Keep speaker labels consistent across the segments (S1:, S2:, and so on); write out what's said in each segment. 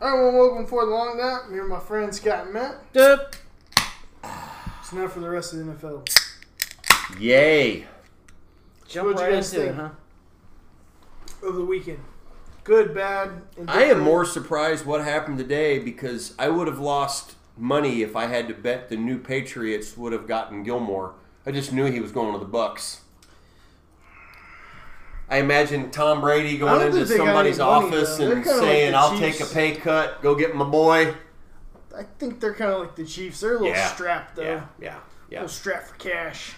S1: Alright, well, welcome for the long nap. Me and my friend Scott and Matt.
S2: Dup.
S1: It's now for the rest of the NFL.
S2: Yay.
S1: What'd
S2: Jump
S1: you
S2: right
S1: guys
S2: into it,
S1: think?
S2: huh?
S1: Of the weekend. Good, bad, and
S3: I am
S1: different.
S3: more surprised what happened today because I would have lost money if I had to bet the new Patriots would have gotten Gilmore. I just knew he was going to the Bucks. I imagine Tom Brady
S1: I don't
S3: going into
S1: think they got any
S3: somebody's
S1: money,
S3: office
S1: though. They're
S3: and
S1: kinda like
S3: saying,
S1: the
S3: "I'll take a
S1: Chiefs."
S3: pay cut, go get my boy."
S1: I think they're kind of like the Chiefs. They're a little
S3: Yeah.
S1: strapped, though.
S3: Yeah, yeah,
S1: A
S3: yeah.
S1: little strapped for cash.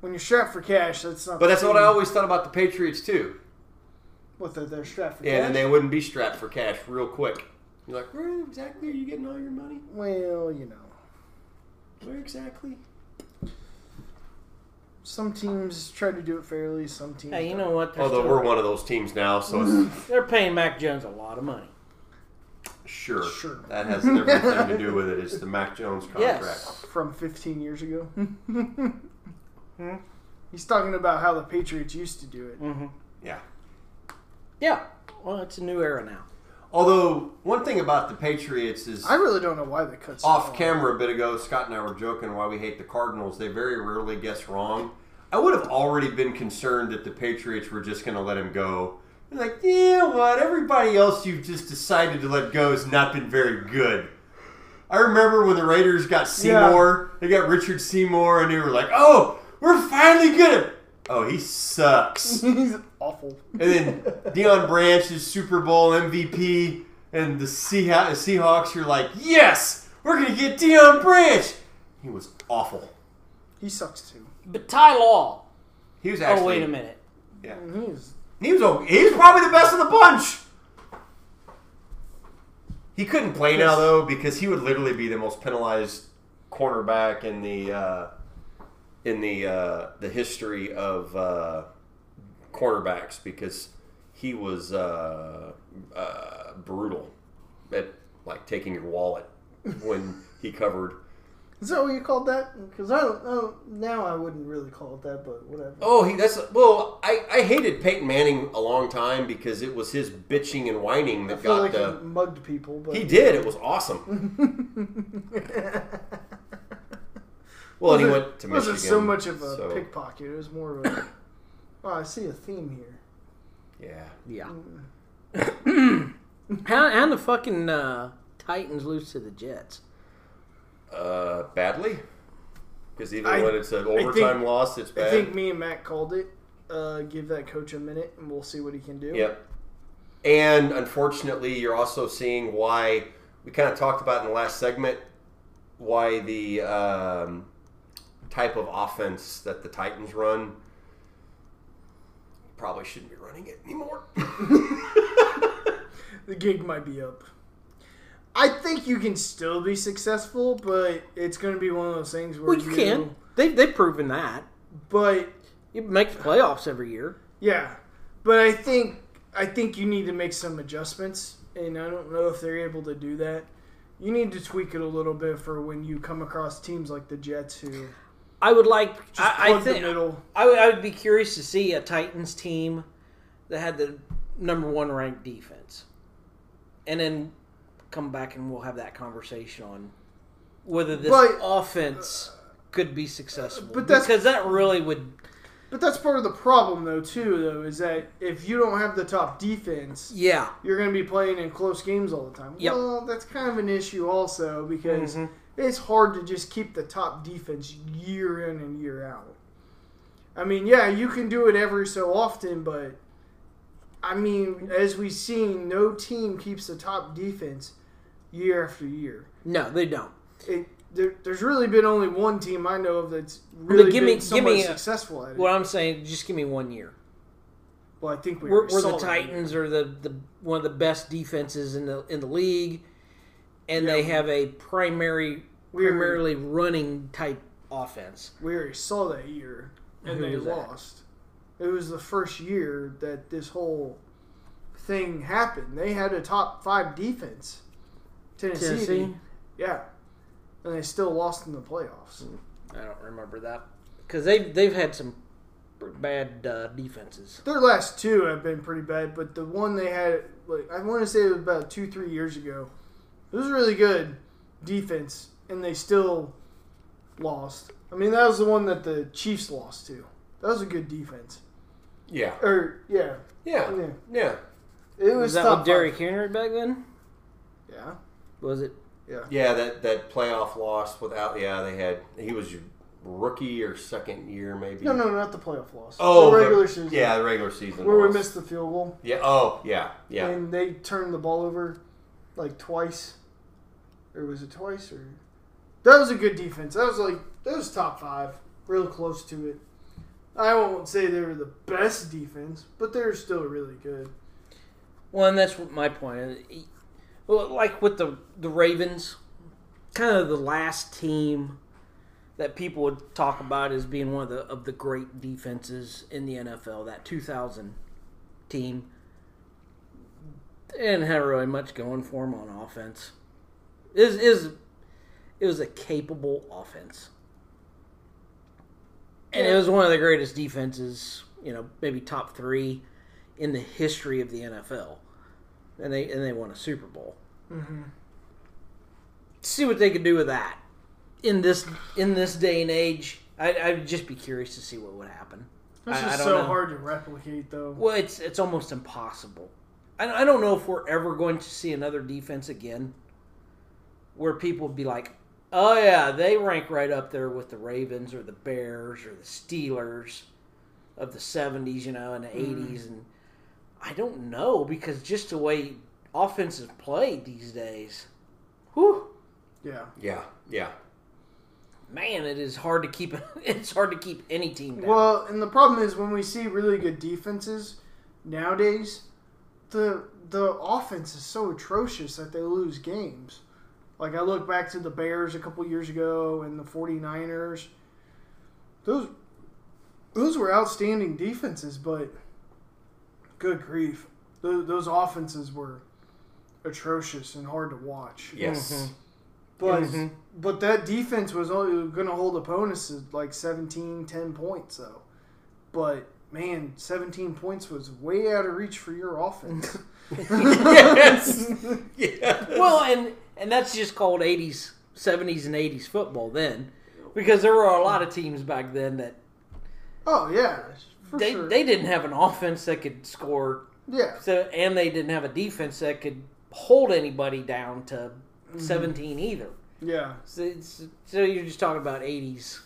S1: When you're strapped for cash, that's not.
S3: But that's
S1: the
S3: what I
S1: team.
S3: always thought about the Patriots too.
S1: What that they're strapped for
S3: Yeah,
S1: cash.
S3: and they wouldn't be strapped for cash real quick. You're like, where exactly are you getting all your money?
S1: well, you know,
S3: Where exactly?
S1: some teams try to do it fairly. Some teams.
S2: Hey, you
S1: don't.
S2: know what? They're,
S3: Although
S2: still-
S3: we're one of those teams now, so it's
S2: they're paying Mac Jones a lot of money.
S3: Sure.
S1: Sure.
S3: That has everything to do with it. It's the Mac Jones contract.
S2: Yes.
S1: from 15 years ago.
S3: Hmm?
S1: He's talking about how the Patriots used to do it.
S2: Mm-hmm.
S3: Yeah.
S2: Yeah. Well, it's a new era now.
S3: Although one thing about the Patriots is
S1: I really don't know why they cut so
S3: off
S1: long.
S3: camera a bit ago, Scott and I were joking why we hate the Cardinals. They very rarely guess wrong. I would have already been concerned that the Patriots were just going to let him go. They're Like, yeah, what? Everybody else you've just decided to let go has not been very good. I remember when the Raiders got Seymour, they got Richard Seymour, and they were like, oh, we're finally good. Oh, he sucks.
S1: He's awful.
S3: And then Deion Branch is Super Bowl MVP, and the Seahaw- Seahawks, you're like, yes, we're going to get Deion Branch. He was awful.
S1: He sucks too.
S2: But Ty Law.
S3: He was actually.
S2: oh, wait a minute.
S3: Yeah.
S1: He's
S3: He, was, o- he was probably the best of the bunch. He couldn't play now, though, because he would literally be the most penalized cornerback in the. Uh, in the uh, the history of uh, cornerbacks because he was uh, uh, brutal at like taking your wallet when he covered.
S1: is that what you called that? Because I don't know. Now I wouldn't really call it that, but whatever.
S3: Oh, he that's well. I, I hated Peyton Manning a long time because it was his bitching and whining
S1: I
S3: that
S1: feel
S3: got
S1: like
S3: the.
S1: he mugged people, but
S3: He did. It was
S1: Mm-hmm.
S3: awesome. Well, and he went to
S1: it
S3: Michigan.
S1: wasn't so much of a
S3: so,
S1: pickpocket. It was more of a. Oh, I see a theme here.
S3: Yeah.
S2: Yeah. how, how the fucking uh, Titans lose to the Jets?
S3: Uh, badly. Because even
S1: I-
S3: when it's an
S1: think-
S3: overtime loss, it's bad.
S1: I think me and Matt called it. Uh, give that coach a minute, and we'll see what he can do.
S3: Yep. And unfortunately, you're also seeing why we kind of talked about in the last segment why the um, type of offense that the Titans run probably shouldn't be running it anymore.
S1: the gig might be up. I think you can still be successful, but it's going to be one of those things where
S2: Well, you can. They, they've proven that.
S1: But
S2: You make the playoffs every year.
S1: yeah, but I think I think you need to make some adjustments, and I don't know if they're able to do that. You need to tweak it a little bit for when you come across teams like the Jets who
S2: I would like.
S1: just
S2: I, I
S1: plug
S2: think
S1: the middle.
S2: I would, I would be curious to see a Titans team that had the number one ranked defense, and then come back and we'll have that conversation on whether this
S1: But-
S2: offense could be successful.
S1: But that's-
S2: because that really would.
S1: But that's part of the problem, though, too, though, is that if you don't have the top defense,
S2: Yeah.
S1: you're going to be playing in close games all the time.
S2: Yep. Mm-hmm.
S1: Well, that's kind of an issue also because it's hard to just keep the top defense year in and year out. I mean, yeah, you can do it every so often, but I mean, as we've seen, no team keeps the top defense year after year.
S2: No, they don't.
S1: It, there, there's really been only one team I know of that's really
S2: give me-
S1: been
S2: give
S1: somewhat
S2: me a-
S1: successful at it.
S2: What I'm saying, just give me one year.
S1: well, I think we
S2: We're,
S1: already
S2: we're
S1: saw
S2: the
S1: that.
S2: Titans are the, the one of the best defenses in the in the league, and
S1: Yeah.
S2: they have a primary
S1: We already-
S2: primarily running type offense.
S1: we already saw that year and
S2: Who
S1: they
S2: was that?
S1: lost. It was the first year that this whole thing happened. They had a top five defense. Tennessee, did.
S2: Tennessee?
S1: yeah, and they still lost in the playoffs.
S2: I don't remember that because they've they've had some bad uh, defenses.
S1: Their last two have been pretty bad, but the one they had, like I want to say, it was about two, three years ago. It was really good defense, and they still lost. I mean, that was the one that the Chiefs lost to. That was a good defense.
S3: Yeah.
S1: Or yeah,
S3: Yeah.
S1: yeah.
S3: Yeah.
S1: It was,
S2: Was that
S1: top
S2: with
S1: five.
S2: Derrick Henry back then?
S1: Yeah,
S2: Was it?
S1: yeah.
S3: Yeah, that, that playoff loss without yeah, they had he was your rookie or second year maybe.
S1: No, no, not the playoff loss.
S3: Oh,
S1: the
S3: the-
S1: regular season.
S3: Yeah, the regular season.
S1: where we
S3: loss.
S1: missed the field goal
S3: Yeah. Oh, yeah. Yeah.
S1: and they turned the ball over like twice, or was it twice? Or that was a good defense. That was like that was top five, real close to it. I won't say they were the best defense, but they're still really good.
S2: Well, and that's what my point. is. E- Well, like with the the Ravens, kind of the last team that people would talk about as being one of the of the great defenses in the NFL. That 2000 team they didn't have really much going for them on offense. Is is it was a capable offense, and it was one of the greatest defenses. You know, maybe top three in the history of the NFL, and they and they won a Super Bowl. See what they could do with that in this in this day and age. I, I'd just be curious to see what would happen.
S1: That's
S2: I- I
S1: just
S2: don't
S1: so
S2: know.
S1: hard to replicate, though.
S2: Well, it's it's almost impossible. I, I don't know if we're ever going to see another defense again where people be like, "Oh yeah, they rank right up there with the Ravens or the Bears or the Steelers of the '70s, you know, and the '80s." And I don't know because just the way offense is played these days, whew,
S1: Yeah,
S3: Yeah. Yeah.
S2: man, it is hard to keep. It's hard to keep any team down.
S1: Well, and the problem is when we see really good defenses nowadays, the the offense is so atrocious that they lose games. Like I look back to the Bears a couple years ago and the 49ers. Those those were outstanding defenses, but good grief. Those, those offenses were atrocious and hard to watch.
S3: Yes.
S1: But
S2: Mhm.
S1: but that defense was only going to hold opponents to like 17, 10 points though. But man, 17 points was way out of reach for your offense.
S3: yes. yes.
S2: Well, and and that's just called eighties, seventies, and eighties football then, because there were a lot of teams back then that
S1: oh yeah, for
S2: they,
S1: sure.
S2: they didn't have an offense that could score,
S1: yeah,
S2: so and they didn't have a defense that could hold anybody down to
S1: Mm-hmm.
S2: seventeen either.
S1: yeah.
S2: So, it's, so you're just talking about eighties,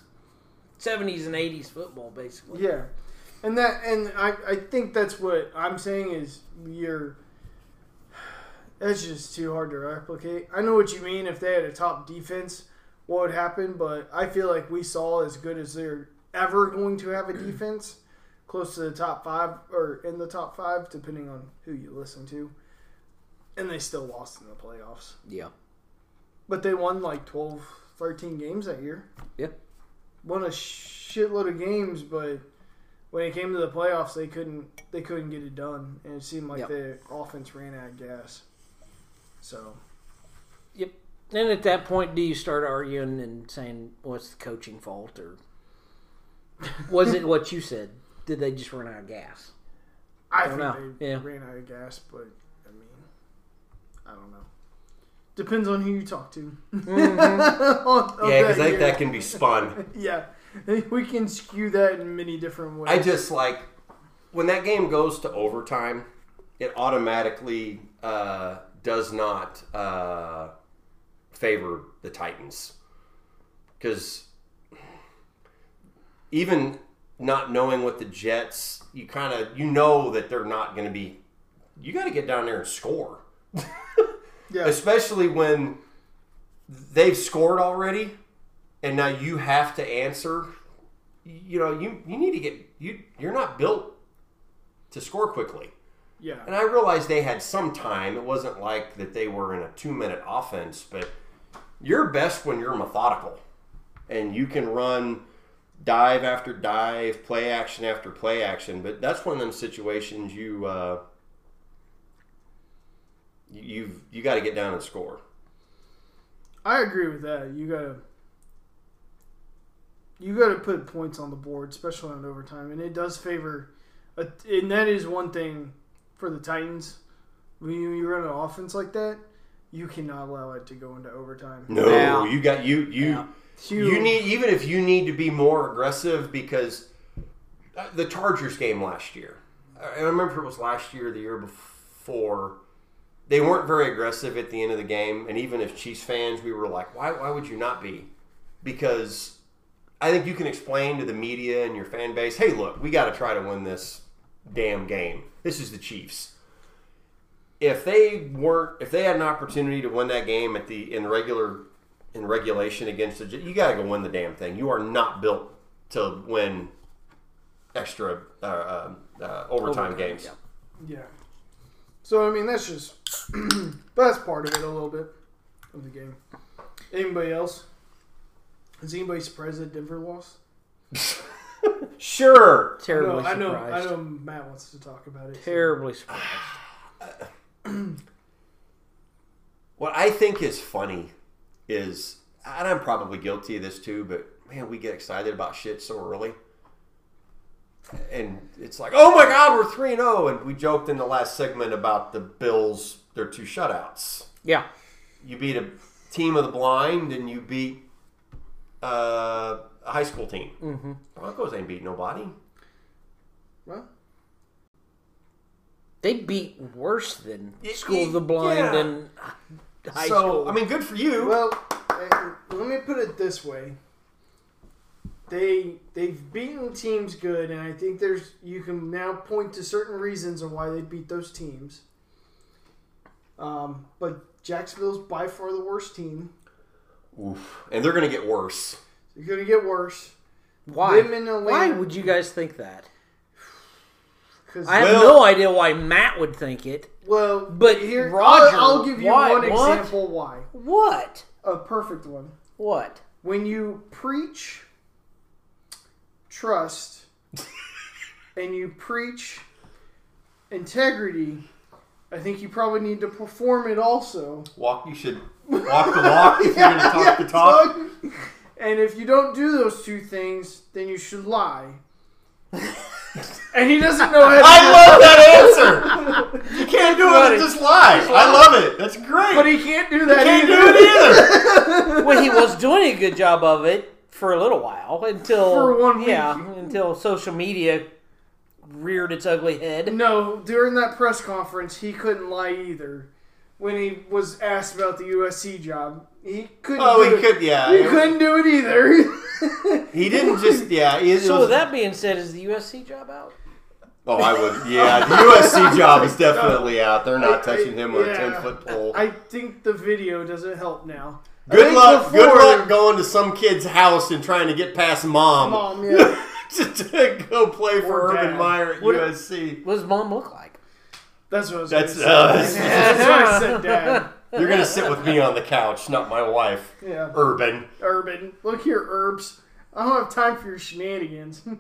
S2: seventies, and eighties football basically.
S1: Yeah, and that and I, I think that's what I'm saying is you're. That's just too hard to replicate. I know what you mean. If they had a top defense, what would happen? But I feel like we saw as good as they're ever going to have a defense, close to the top five or in the top five, depending on who you listen to. And they still lost in the playoffs.
S2: yeah.
S1: But they won like 12, 13 games that year.
S2: Yeah.
S1: Won a shitload of games, but when it came to the playoffs, they couldn't they couldn't get it done, and it seemed like
S2: Yep.
S1: the offense ran out of gas. So
S2: Yep. And at that point, do you start arguing and saying, "What's the coaching fault?" or was it what you said? Did they just run out of gas?
S1: I, think
S2: don't know.
S1: they
S2: Yeah.
S1: ran out of gas, but I mean, I don't know. Depends on who you talk to. On- on
S3: Mm-hmm. Yeah, because
S1: that
S3: I think
S1: year.
S3: that can be spun.
S1: yeah, we can skew that in many different ways.
S3: I just like when that game goes to overtime, it automatically uh, does not uh, favor the Titans because even not knowing what the Jets, you kind of you know that they're not going to be. You got to get down there and score.
S1: yeah,
S3: especially when they've scored already and now you have to answer you know you you need to get you you're not built to score quickly
S1: yeah.
S3: and i realized they had some time it wasn't like that they were in a 2 minute offense but you're best when you're methodical and you can run dive after dive play action after play action but that's one of them situations you uh you- you've you got to get down and score
S1: I agree with that. You gotta you got to put points on the board, especially on overtime, and it does favor. A, and that is one thing for the Titans. When you, you run an offense like that, you cannot allow it to go into overtime.
S3: No,
S2: Yeah.
S3: you got you you
S2: Yeah.
S1: Huge.
S3: you need even if you need to be more aggressive because uh, the Chargers game last year. I I remember it was last year, or the year before. They weren't very aggressive at the end of the game, and even as Chiefs fans, we were like, "Why? Why would you not be?" Because I think you can explain to the media and your fan base, "Hey, look, we got to try to win this damn game. This is the Chiefs." if they weren't if they had an opportunity to win that game at the in regular in regulation against the J- you gotta go win the damn thing you are not built to win extra uh, uh, uh, overtime,
S2: Overtime,
S3: games
S2: yeah.
S1: Yeah. So I mean, that's just that's part of it a little bit of the game. Anybody else? Is anybody surprised that Denver lost?
S3: sure
S2: Terribly
S1: no, I know.
S2: surprised.
S1: I know. Matt wants to talk about it. so-
S2: Terribly surprised.
S3: what i think is funny is and i'm probably guilty of this too but man we get excited about shit so early and it's like oh my god we're 3-0 and we joked in the last segment about the bills their two shutouts
S2: Yeah.
S3: you beat a team of the blind and you beat uh, a high school team. Mm-hmm. Broncos ain't beat nobody.
S1: Well,
S2: They beat worse than
S3: Y-
S2: School
S3: y-
S2: of the Blind
S3: yeah.
S2: and high
S3: so
S2: school.
S3: I mean, good for you.
S1: well, eh, let me put it this way. They they've beaten teams good, and I think there's you can now point to certain reasons on why they beat those teams. Um, but Jacksonville's by far the worst team.
S3: Oof. And they're gonna get worse.
S1: They're gonna get worse.
S2: why?
S1: them in the
S2: Why
S1: land-
S2: would you guys think that?
S1: Because
S2: I have
S3: Well-
S2: no idea why Matt would think it.
S1: well,
S2: But
S1: here
S2: Roger,
S1: I'll, I'll give you
S2: why-
S1: one
S2: what?
S1: example why
S2: What?
S1: a perfect one.
S2: What?
S1: When you preach trust and you preach integrity, I think you probably need to perform it also.
S3: Walk. You should walk the walk if you're gonna talk the talk.
S1: And if you don't do those two things, then you should lie. and he doesn't know how to
S3: I
S1: do
S3: love that answer. You can't do it.
S2: Funny.
S3: and Just lie. I love it. That's great.
S1: but he can't do that
S3: can't
S1: either.
S3: do it either.
S2: well, he was doing a good job of it for a little while until
S1: For one week.
S2: yeah, until social media reared its ugly head.
S1: No, during that press conference, he couldn't lie either. When he was asked about the USC job, he couldn't.
S3: Oh,
S1: do
S3: he
S1: it.
S3: could. Yeah.
S1: He
S3: it-
S1: couldn't do it either.
S3: He didn't just. Yeah. It
S2: So
S3: was,
S2: with that being said, is the USC job out?
S3: Oh, I would. Yeah. The USC job is definitely out. They're
S1: I-
S3: not
S1: I-
S3: touching him with
S1: yeah.
S3: a ten foot pole.
S1: I think the video doesn't help now. I
S3: Good
S1: think
S3: luck,
S1: before-
S3: good luck going to some kid's house and trying to get past mom,
S1: Mom, yeah.
S3: to, to go play for
S1: Or
S3: Urban
S1: dad.
S3: Meyer at
S2: What-
S3: USC.
S2: What does mom look like?
S1: That's what I was.
S3: That's uh,
S1: gonna say.
S3: us.
S1: That's what I said, Dad.
S3: You're gonna sit with me on the couch, not my wife,
S1: Yeah,
S3: Urban.
S1: Urban. Look here, Herbs. I don't have time for your shenanigans.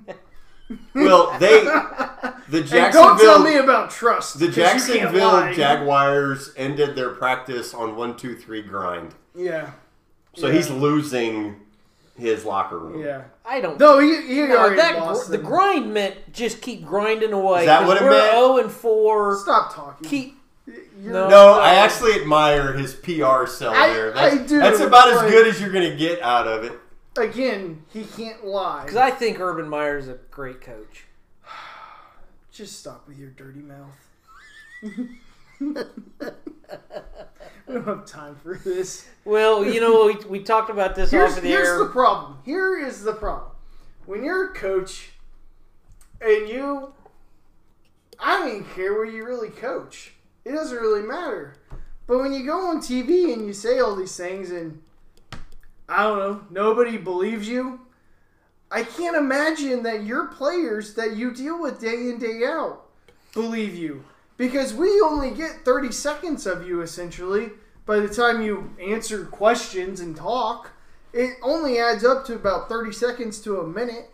S3: Well, they the
S1: And don't tell me
S3: Jacksonville
S1: about trust.
S3: the
S1: 'cause you can't
S3: Jacksonville
S1: lie.
S3: Jaguars ended their practice on one two three grind,
S1: Yeah,
S3: so
S1: Yeah.
S3: he's losing his locker room.
S1: yeah.
S2: I don't.
S1: No, he, he
S2: No,
S1: already
S2: that
S1: lost.
S2: gr- the
S1: them.
S2: grind meant just keep grinding away.
S3: Is that
S2: 'cause
S3: what it
S2: we're
S3: meant?
S2: Zero and four.
S1: Stop talking.
S2: Keep
S1: You're-
S2: no.
S3: No, I actually admire his PR cell
S1: I-
S3: there. That's,
S1: I do,
S3: That's about as
S1: like-
S3: good as you're gonna get out of it.
S1: again, he can't lie.
S2: because I think Urban Meyer's a great coach.
S1: Just stop with your dirty mouth. we don't have time for this.
S2: Well, you know we, we talked about this
S1: Here's,
S2: off of the
S1: here's
S2: air.
S1: the problem. Here is the problem. When you're a coach and you, I don't even care where you really coach. It doesn't really matter. But when you go on TV and you say all these things and I don't know, nobody believes you. I can't imagine that your players that you deal with day in, day out believe you. Because we only get 30 seconds of you essentially by the time you answer questions and talk. It only adds up to about 30 seconds to a minute.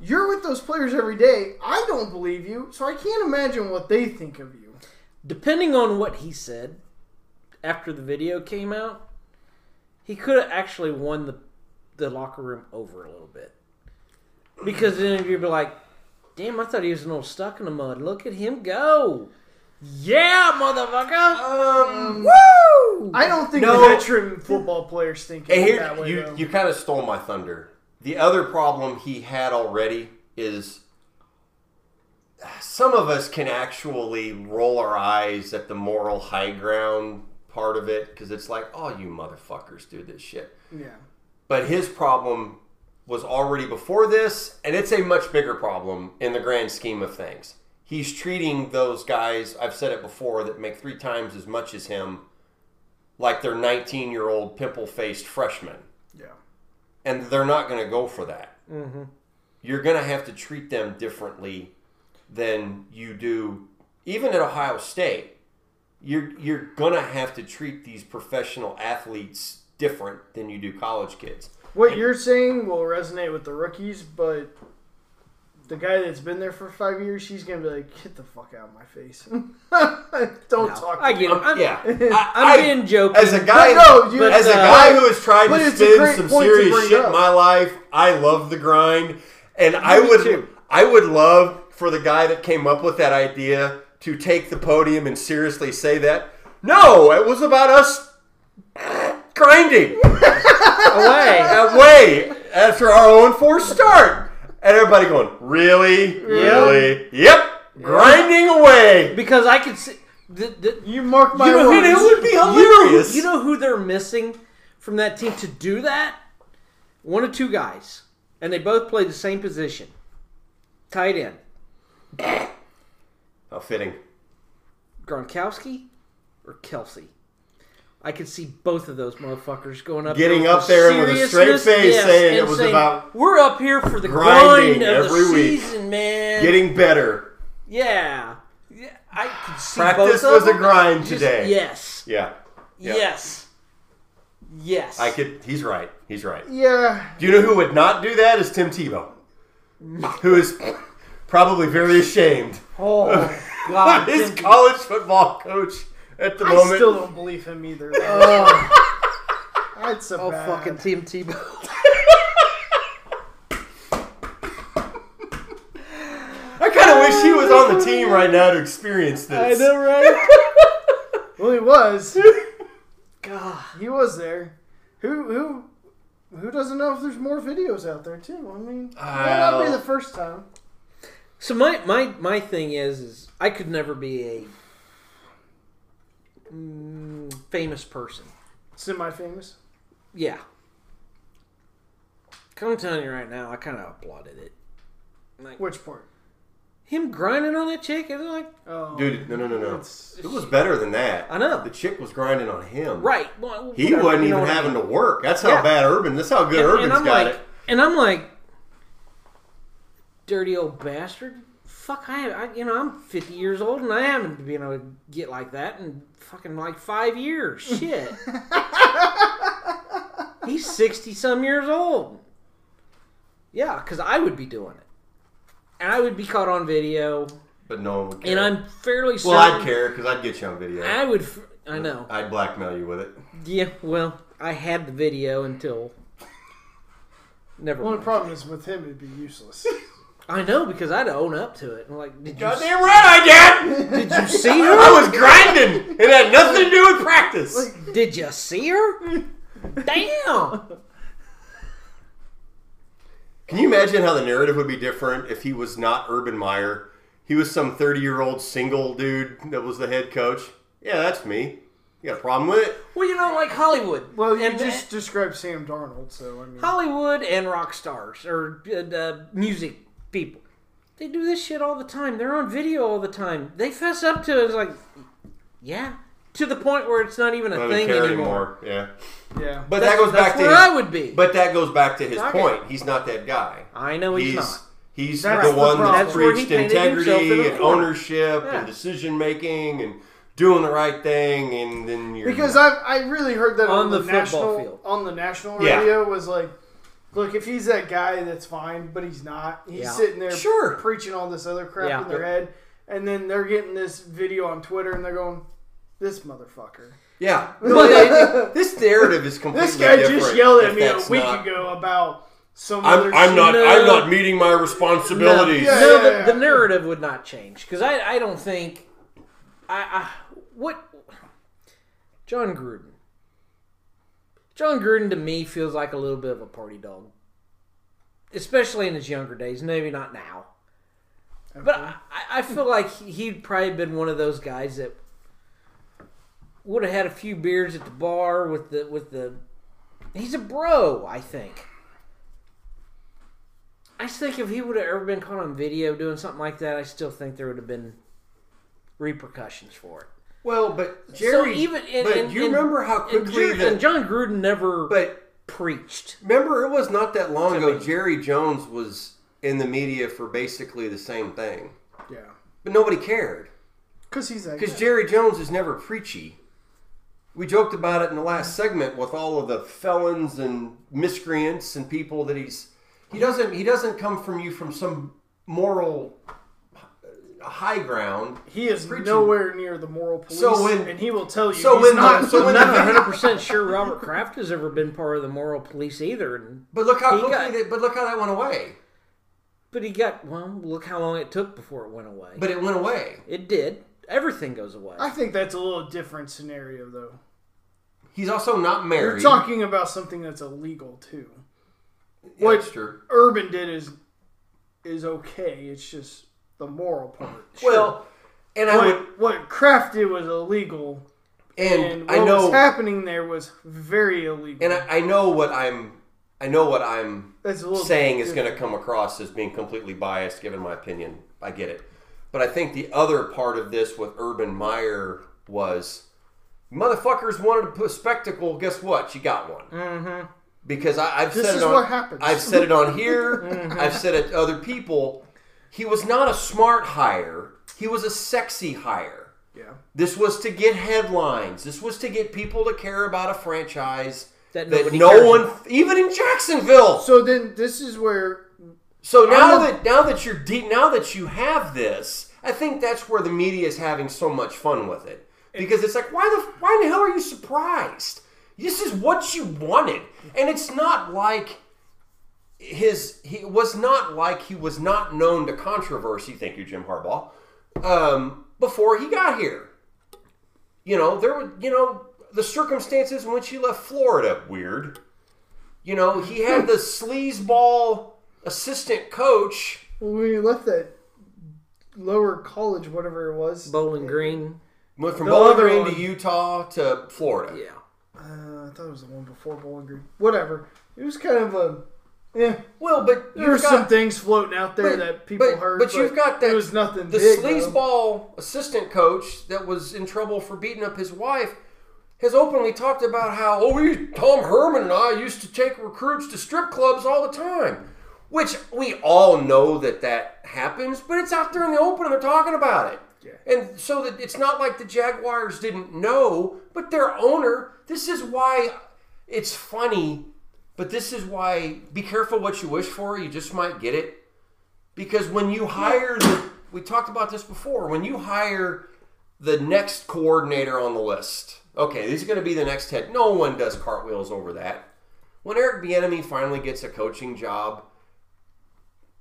S1: You're with those players every day. I don't believe you, so I can't imagine what they think of you.
S2: depending on what he said after the video came out, he could have actually won the the locker room over a little bit. Because then you'd be like, damn, I thought he was an old stuck in the mud. Look at him go. Yeah, motherfucker.
S3: Um,
S2: Woo!
S1: I don't think
S3: No.
S1: veteran football players think
S3: And
S1: it
S3: here,
S1: that way.
S3: you,
S1: though.
S3: you kind of stole my thunder. The other problem he had already is some of us can actually roll our eyes at the moral high ground part of it because it's like, oh, you motherfuckers do this shit.
S1: yeah.
S3: But his problem was already before this, and it's a much bigger problem in the grand scheme of things. He's treating those guys, I've said it before, that make three times as much as him like they're 19 year old pimple faced freshmen
S1: Yeah.
S3: and they're not going to go for that. Mm-hmm. You're going to have to treat them differently than you do, even at Ohio State. You're you're going to have to treat these professional athletes different than you do college kids.
S1: What you're saying will resonate with the rookies, but the guy that's been there for five years, he's gonna be like, "Get the fuck out of my face! don't talk." To
S2: I
S1: me.
S2: get it. I'm,
S3: yeah, I,
S2: I'm
S3: I-
S2: being joking.
S3: As a guy,
S1: No, you-
S3: as a
S2: but, uh,
S3: guy who has tried
S1: but
S3: to
S1: it's a
S3: spin
S1: great
S3: some
S1: point to
S3: serious
S1: bring
S3: shit
S1: up.
S3: in my life, I love the grind, and I
S2: Me
S3: would,
S2: too.
S3: I would love for the guy that came up with that idea to take the podium and seriously say that. No, it was about us grinding
S2: away.
S3: away after our own forced start, and everybody going, really, really, yep, grinding away.
S2: Because I could see. The, the,
S1: You mark my
S2: You know,
S1: words.
S3: And it would be
S2: You know,
S3: hilarious.
S2: you know who they're missing from that team to do that? One or two guys, and they both play the same position, tight end.
S3: how fitting.
S2: Gronkowski or Kelsey. I could see both of those motherfuckers going up,
S3: Getting
S2: there
S3: up there and with a straight
S2: seriousness,
S3: face saying
S2: and
S3: it was about
S2: we're up here for the
S3: grinding
S2: grind of
S3: every
S2: the
S3: week.
S2: season, man.
S3: Getting better.
S2: yeah, yeah, I could see
S3: Practice
S2: both of
S3: was a
S2: them.
S3: grind
S2: Just-
S3: today.
S2: Yes,
S3: Yeah. Yeah.
S2: yes, yes.
S3: I could. He's right. He's right.
S1: yeah,
S3: Do you know who would not do that? Is Tim Tebow, who is probably very ashamed
S2: Oh God!
S3: of his
S2: Tim-
S3: college football coach at the
S1: I
S3: moment.
S1: still don't believe him either. though.
S2: oh,
S1: That's a
S2: oh,
S1: bad.
S2: fucking Tim Tebow.
S3: I kind of wish he was on the team right now to experience this.
S2: right?
S1: Well, he was.
S2: God,
S1: He was there. Who who who doesn't know if there's more videos out there too? I mean, that might be
S3: Well-
S1: the first time.
S2: So my my my thing is is I could never be a mm, famous person.
S1: Semi-famous.
S2: Yeah. I'm telling you right now, I kind of applauded it. Like
S1: Which part?
S2: him grinding on that chick, and like
S1: Oh,
S3: Dude, no, no, no, no.
S1: It's-
S3: It was better than that.
S2: I know.
S3: The chick was grinding on him.
S2: right, well,
S3: He
S2: whatever,
S3: wasn't
S2: you know
S3: even
S2: what I
S3: having
S2: mean.
S3: to work. That's how
S2: Yeah.
S3: bad Urban. That's how good Urban's
S2: I'm
S3: got
S2: like,
S3: it.
S2: and I'm like, dirty old bastard. Fuck, I, I, you know, I'm 50 years old and I haven't been able to get like that in fucking like five years. Shit. He's 60 some years old. Yeah, because I would be doing it. And I would be caught on video.
S3: But no one would care.
S2: And I'm fairly certain.
S3: well, I'd care because I'd get you on video.
S2: I would. f- I know.
S3: I'd blackmail you with it.
S2: Yeah, well, I had the video until. Never
S1: Well, the
S2: mind.
S1: problem is with him, it'd be useless.
S2: I know because I'd own up to it. I'm like, did you,
S3: Goddamn right I did!
S2: did you see
S3: I
S2: her?
S3: was grinding! It had nothing to do with practice!
S2: Did you see her? Damn.
S3: Can you imagine how the narrative would be different if he was not Urban Meyer? He was some 30 year old single dude that was the head coach. Yeah, that's me. You got a problem with it?
S2: Well, you know, like Hollywood.
S1: Well, you
S2: and
S1: just described Sam Darnold, so I mean,
S2: Hollywood and rock stars or uh, uh, music people. They do this shit all the time. They're on video all the time. They fess up to it. It's like, yeah, to the point where it's not even a
S3: I don't
S2: thing
S3: care
S2: anymore.
S3: anymore. Yeah.
S1: yeah.
S3: But
S2: That's,
S3: that goes
S2: that's
S3: back to
S2: where
S3: his,
S2: I would be.
S3: But that goes back to his
S2: Okay.
S3: point. He's not that guy.
S2: I know he's,
S3: he's
S2: not.
S3: he's
S1: That's
S3: the
S1: the
S3: one
S1: problem.
S3: that
S1: That's where
S2: he
S3: preached
S2: painted himself in
S3: integrity
S2: a
S3: and
S2: corner.
S3: ownership
S2: Yeah.
S3: and decision making and doing the right thing and then you're
S1: Because I've I really heard that on,
S2: On
S1: the,
S2: the football
S1: national
S2: field.
S1: on the national
S3: Yeah.
S1: radio was like, look, if he's that guy, that's fine, but he's not. He's
S2: Yeah.
S1: sitting there
S3: Sure.
S1: preaching all this other crap
S2: Yeah.
S1: in their head, and then they're getting this video on Twitter, and they're going, "This motherfucker,
S3: Yeah.
S2: But-
S3: this narrative is completely
S1: this guy
S3: different
S1: just yelled at
S3: if
S1: me a
S3: that's
S1: week
S3: not-
S1: ago about some
S3: I'm,
S1: other
S3: I'm
S1: shit.
S3: not.
S2: No.
S3: I'm not meeting my responsibilities.
S1: Yeah,
S2: no,
S1: yeah,
S2: the,
S1: yeah.
S2: the narrative would not change because I, I don't think I, I what John Gruden. John Gruden to me feels like a little bit of a party dog, especially in his younger days. Maybe not now, but I, I feel like he- he'd probably been one of those guys that would have had a few beers at the bar with the with the. He's a bro, I think. I just think if he would have ever been caught on video doing something like that, I still think there would have been repercussions for it.
S3: Well, but Jerry,
S2: so even and,
S3: but
S2: and-
S3: you
S2: and-
S3: remember how
S2: and
S3: quickly
S2: Gru-
S3: that.
S2: and John Gruden never
S3: but
S2: preached.
S3: remember, it was not that long
S2: To
S3: ago.
S2: me.
S3: Jerry Jones was in the media for basically the same thing,
S1: yeah,
S3: but nobody cared
S1: because he's like,
S3: because Jerry Jones is never preachy. We joked about it in the last segment with all of the felons and miscreants and people that he's he doesn't he doesn't come from you from some moral uh, high ground.
S1: he is
S3: preaching.
S1: nowhere near the moral police.
S3: So when-
S1: and he will tell you,
S3: so
S1: he's
S3: when the-
S1: not.
S3: so when
S1: so
S3: the-
S2: I'm not 100 percent sure Robert Kraft has ever been part of the moral police either, and
S3: But look how
S2: He
S3: quickly
S2: got-
S3: they, but look how that went away.
S2: but he got well. Look how long it took before it went away.
S3: But it went away.
S2: it did. Everything goes away.
S1: I think that's a little different scenario, though.
S3: He's also not married.
S1: You're talking about something that's illegal too.
S3: Yeah, that's true.
S1: Urban did is is okay. It's just the moral part.
S3: Well, and I
S1: what,
S3: would
S1: what Kraft did was illegal,
S3: and,
S1: and what
S3: I know
S1: was happening there was very illegal.
S3: and I, I know what I'm I know what I'm
S1: that's a little
S3: saying is going to come across as being completely biased given my opinion. I get it. But I think the other part of this with Urban Meyer was motherfuckers wanted to put a spectacle. Guess what? You got one. Mm-hmm. Because I, I've
S1: This
S3: said
S1: is
S3: it on,
S1: what happens.
S3: I've said it on here. I've said it to other people. He was not a smart hire. He was a sexy hire.
S1: Yeah.
S3: This was to get headlines. This was to get people to care about a franchise
S2: That
S3: that,
S2: nobody
S3: no
S2: cares
S3: one,
S2: about.
S3: even in Jacksonville. So,
S1: So then this is where
S3: now
S1: I'm a-
S3: that now that you're deep, now that you have this, I think that's where the media is having so much fun with it because it's like, why the why in the hell are you surprised? This is what you wanted, and it's not like his he was not like he was not known to controversy. Thank you, Jim Harbaugh. Um, before he got here, you know there were you know the circumstances in which he left Florida weird. You know he had the sleazeball assistant coach.
S1: well, when you left that lower college, whatever it was,
S2: Bowling Green,
S3: Went from
S1: The
S3: Bowling
S1: other
S3: Green
S1: one.
S3: to Utah to Florida.
S2: yeah.
S1: uh, I thought it was the one before Bowling Green. Whatever. It was kind of a yeah.
S3: Well, but
S1: There were
S3: you've
S1: some
S3: got
S1: things floating out there
S3: but-
S1: that people
S3: but-
S1: heard,
S3: but you've got that-
S1: It was nothing.
S3: the
S1: big, though.
S3: sleazeball assistant coach that was in trouble for beating up his wife has openly talked about how oh we Tom Herman and I used to take recruits to strip clubs all the time, which we all know that that happens, but it's out there in the open and they're talking about it.
S1: Yeah.
S3: And so that it's not like the Jaguars didn't know, but their owner. This is why it's funny, but this is why be careful what you wish for. You just might get it. Because when you hire the, we talked about this before, when you hire the next coordinator on the list, okay, this is going to be the next head. No one does cartwheels over that. When Eric Bieniemy finally gets a coaching job,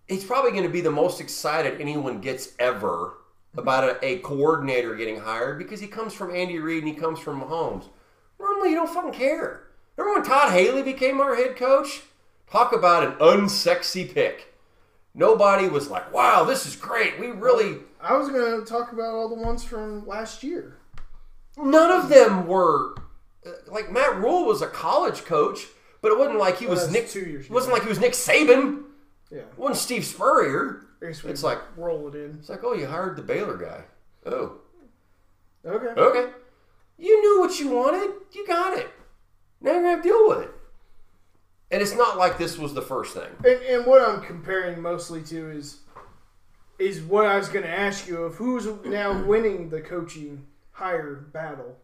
S3: he's probably going to be the most excited anyone gets ever about a, a coordinator getting hired because he comes from Andy Reid and he comes from Mahomes. Normally, you don't fucking care. Remember when Todd Haley became our head coach? Talk about an unsexy pick. Nobody was like, "Wow, this is great." We really
S1: I was gonna talk about all the ones from last year.
S3: none of them were uh, like Matt Rule was a college coach, but it wasn't like he was
S1: that's
S3: Nick.
S1: two years
S3: it wasn't like he was Nick Saban.
S1: Yeah.
S3: It wasn't Steve Spurrier.
S1: I guess we
S3: It's like
S1: roll it in.
S3: it's like, oh, you hired the Baylor guy. Oh,
S1: Okay.
S3: Okay. You knew what you wanted. You got it. Now you're gonna have to deal with it. And it's not like this was the first thing.
S1: And, and what I'm comparing mostly to is is what I was going to ask you of who's now winning the coaching hire battle.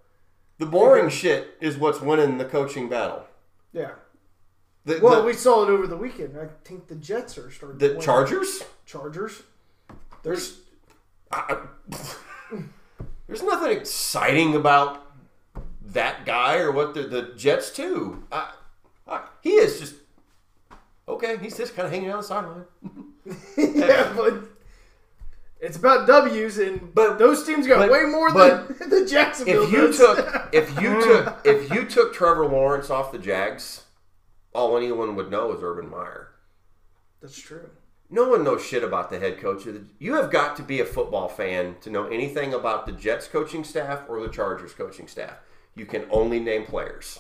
S3: The boring shit is what's winning the coaching battle.
S1: Yeah.
S3: The,
S1: Well,
S3: the,
S1: we saw it over the weekend. I think the Jets are starting. to
S3: the
S1: win.
S3: Chargers.
S1: Chargers.
S3: There's I, I- there's nothing exciting about that guy or what the, the Jets too. I, I, he is just okay, he's just kind of hanging out on the sideline.
S1: yeah, but it's about W's, and but those teams got
S3: but-
S1: way more
S3: but
S1: than the Jacksonville.
S3: If you
S1: does.
S3: took if you took if you took Trevor Lawrence off the Jags, all anyone would know is Urban Meyer.
S1: that's true.
S3: No one knows shit about the head coach. of the- You have got to be a football fan to know anything about the Jets coaching staff or the Chargers coaching staff. You can only name players.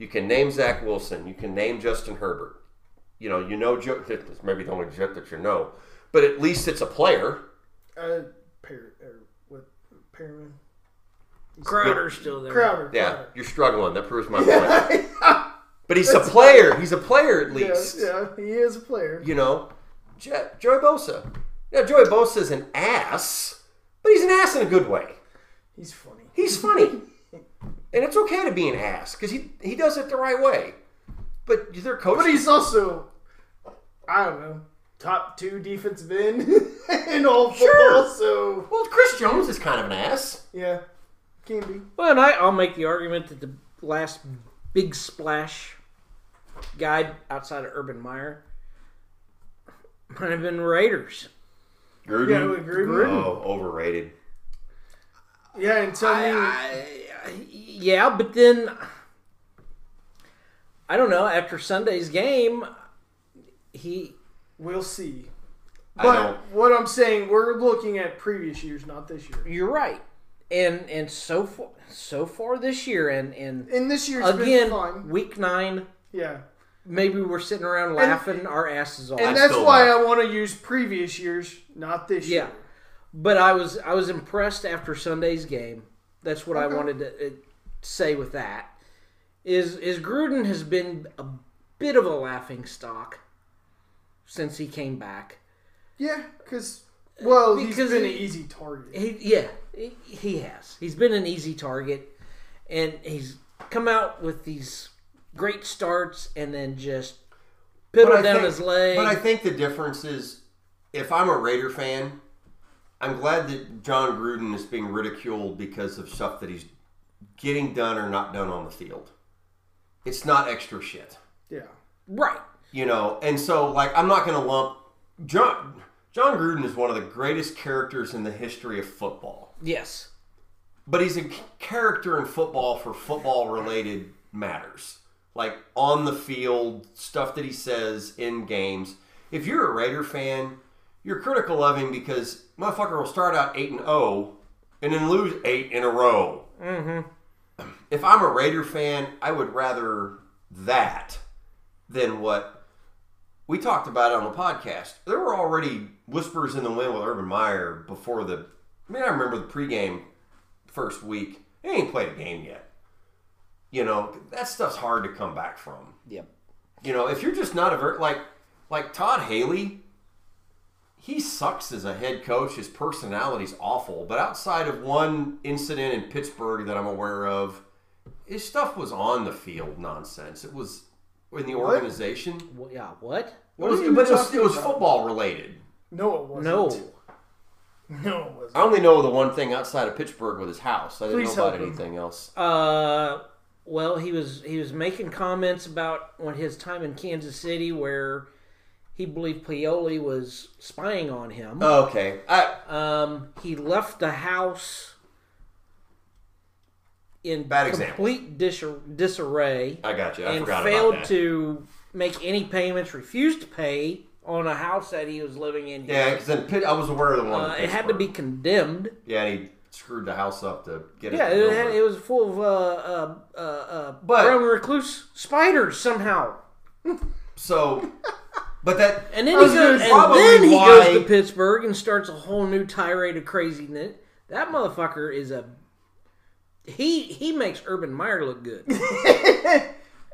S3: You can name Zach Wilson. You can name Justin Herbert. You know, you know Joe. That's maybe the only Jet that you know, but at least it's a player.
S1: Uh, Par- or what? Perriman.
S2: Crowder's still there.
S1: Crowder.
S3: Yeah,
S1: Crowder.
S3: you're struggling. That proves my point. But he's a player. He's a player at
S1: Yeah,
S3: least.
S1: yeah, he is a player.
S3: You know, Je- Joey Bosa. Now, Joey Bosa is an ass, but he's an ass in a good way.
S1: He's funny.
S3: He's funny, and it's okay to be an ass because he he does it the right way. But their coach,
S1: But he's also, I don't know, top two defensive end in all football.
S3: Sure.
S1: So
S3: well, Chris Jones is kind of an ass.
S1: yeah, can be.
S2: Well, and I, I'll make the argument that the last big splash guy outside of Urban Meyer might have been Raiders.
S3: Gruden,
S1: Yeah, with Gruden.
S3: oh, overrated.
S1: Yeah, and tell me,
S2: I- I- Uh, yeah, but then I don't know. After Sunday's game, he
S1: we'll see.
S3: don't-
S1: But what I'm saying, we're looking at previous years, not this year.
S2: you're right, and and so far so far this year, and and
S1: And this year's been
S2: again
S1: fun.
S2: week nine,
S1: Yeah.
S2: maybe we're sitting around laughing our asses off.
S1: And
S3: I
S1: that's
S3: still
S1: why
S3: like-
S1: I want to use previous years, not this
S2: Yeah,
S1: year.
S2: but I was I was impressed after Sunday's game. That's what I
S1: Okay.
S2: wanted to uh, say with that. Is is Gruden has been a bit of a laughing stock since he came back.
S1: Yeah, because, well, he's
S2: Because
S1: been
S2: he-
S1: an easy target.
S2: He yeah he, he has. He's been an easy target, and he's come out with these great starts and then just
S3: But
S2: piddle
S3: I
S2: down
S3: think-
S2: his leg.
S3: But I think the difference is, if I'm a Raider fan, I'm glad that John Gruden is being ridiculed because of stuff that he's getting done or not done on the field. It's not extra shit,
S1: Yeah.
S2: right.
S3: you know. And so, like, I'm not going to lump John. John Gruden is one of the greatest characters in the history of football,
S2: Yes.
S3: but he's a character in football for football-related matters, like on the field stuff that he says in games. If you're a Raider fan, you're critical of him because motherfucker will start out eight and zero, and then lose eight in a row. Mm-hmm. If I'm a Raider fan, I would rather that than what we talked about on the podcast. There were already whispers in the wind with Urban Meyer before the. I mean, I remember the pregame first week. He ain't played a game yet. You know that stuff's hard to come back from.
S2: Yep.
S3: You know, if you're just not a ver- like like Todd Haley, he sucks as a head coach. His personality's awful. But outside of one incident in Pittsburgh that I'm aware of, his stuff was on the field nonsense. It was in the organization.
S2: Well, yeah. What?
S1: What
S3: it was,
S1: are you
S3: but it was,
S1: talking
S3: it was
S1: about?
S3: football related.
S1: No, it wasn't.
S2: No.
S1: No, it wasn't.
S3: I only know the one thing outside of Pittsburgh with his house. I didn't
S1: Please
S3: know
S1: help
S3: about
S1: him.
S3: anything else.
S2: Uh, well, he was he was making comments about when his time in Kansas City, where he believed Pioli was spying on him.
S3: Oh, okay. I,
S2: Um, he left the house in
S3: Bad example.
S2: complete disar- disarray
S3: I got you. I
S2: and
S3: forgot
S2: failed
S3: about that.
S2: to make any payments. Refused to pay on a house that he was living in.
S3: Yeah, because then Pitt, I was aware of the one. in
S2: uh, it had to
S3: Pittsburgh.
S2: be condemned.
S3: Yeah, and he screwed the house up to get it.
S2: Yeah,
S3: to
S2: it, had,
S3: Dover.
S2: it was full of uh, uh, uh, uh,
S3: But-
S2: brown recluse spiders somehow.
S3: so, but that
S2: And then,
S1: That
S2: he
S1: was
S2: goes, and
S3: probably
S2: then he
S3: why-
S2: goes to Pittsburgh and starts a whole new tirade of craziness. That motherfucker is a he he makes Urban Meyer look good.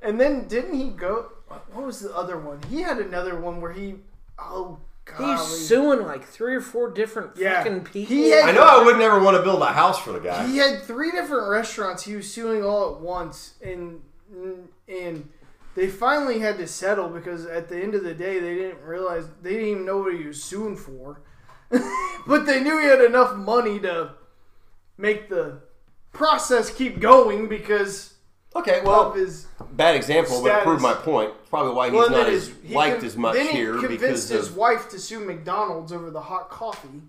S1: And then didn't he go? What was the other one? He had another one where he. Oh, golly.
S2: He's suing like three or four different
S1: Yeah.
S2: fucking people.
S1: He had-
S3: I know I would never want to build a house for the guy.
S1: He had three different restaurants he was suing all at once, and and they finally had to settle because at the end of the day they didn't realize they didn't even know what he was suing for, but they knew he had enough money to make the process keep going because
S3: Okay,
S1: Well,
S3: well,
S1: his
S3: bad example, but it proved
S1: status.
S3: my point. It's probably why he's
S1: well, and
S3: not
S1: then
S3: as
S1: his, he
S3: liked
S1: con-
S3: as much
S1: then he
S3: here because
S1: convinced his
S3: of,
S1: wife to sue McDonald's over the hot coffee.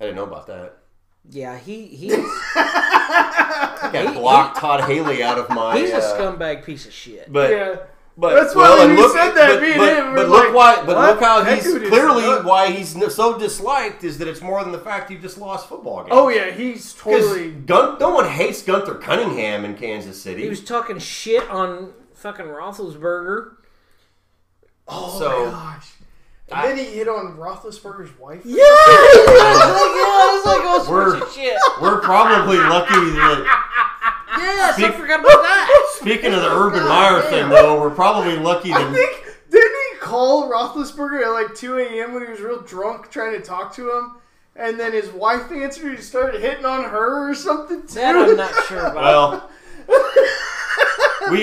S3: I didn't know about that.
S2: Yeah, he he's
S3: I think I blocked Todd Haley out of my.
S2: he's a
S3: uh,
S2: scumbag piece of shit.
S3: But
S1: yeah,
S3: But,
S1: That's why when
S3: and
S1: you said that,
S3: but,
S1: me and
S3: but,
S1: him were
S3: but look
S1: like,
S3: why, but
S1: "What?
S3: look how
S1: That
S3: he's
S1: dude is
S3: clearly
S1: nuts."
S3: why he's n- so disliked is that it's more than the fact you just lost football game.
S1: oh yeah, he's totally
S3: Gun, no one hates Gunther Cunningham in Kansas City.
S2: He was talking shit on fucking Roethlisberger.
S1: Oh
S3: So-
S1: my gosh! And then he hit on Roethlisberger's wife.
S2: Yeah, I was like, all
S3: We're-
S2: sorts of shit.
S3: We're probably lucky that
S2: Yes, I
S3: Speak-
S2: forgot about that.
S3: speaking of the Urban
S1: Oh God
S3: Meyer
S1: damn.
S3: thing though, we're probably lucky
S1: I
S3: that
S1: think didn't he call Roethlisberger at like 2 a.m. when he was real drunk trying to talk to him, and then his wife answered. He started hitting on her or something too.
S2: That I'm not sure about.
S3: well we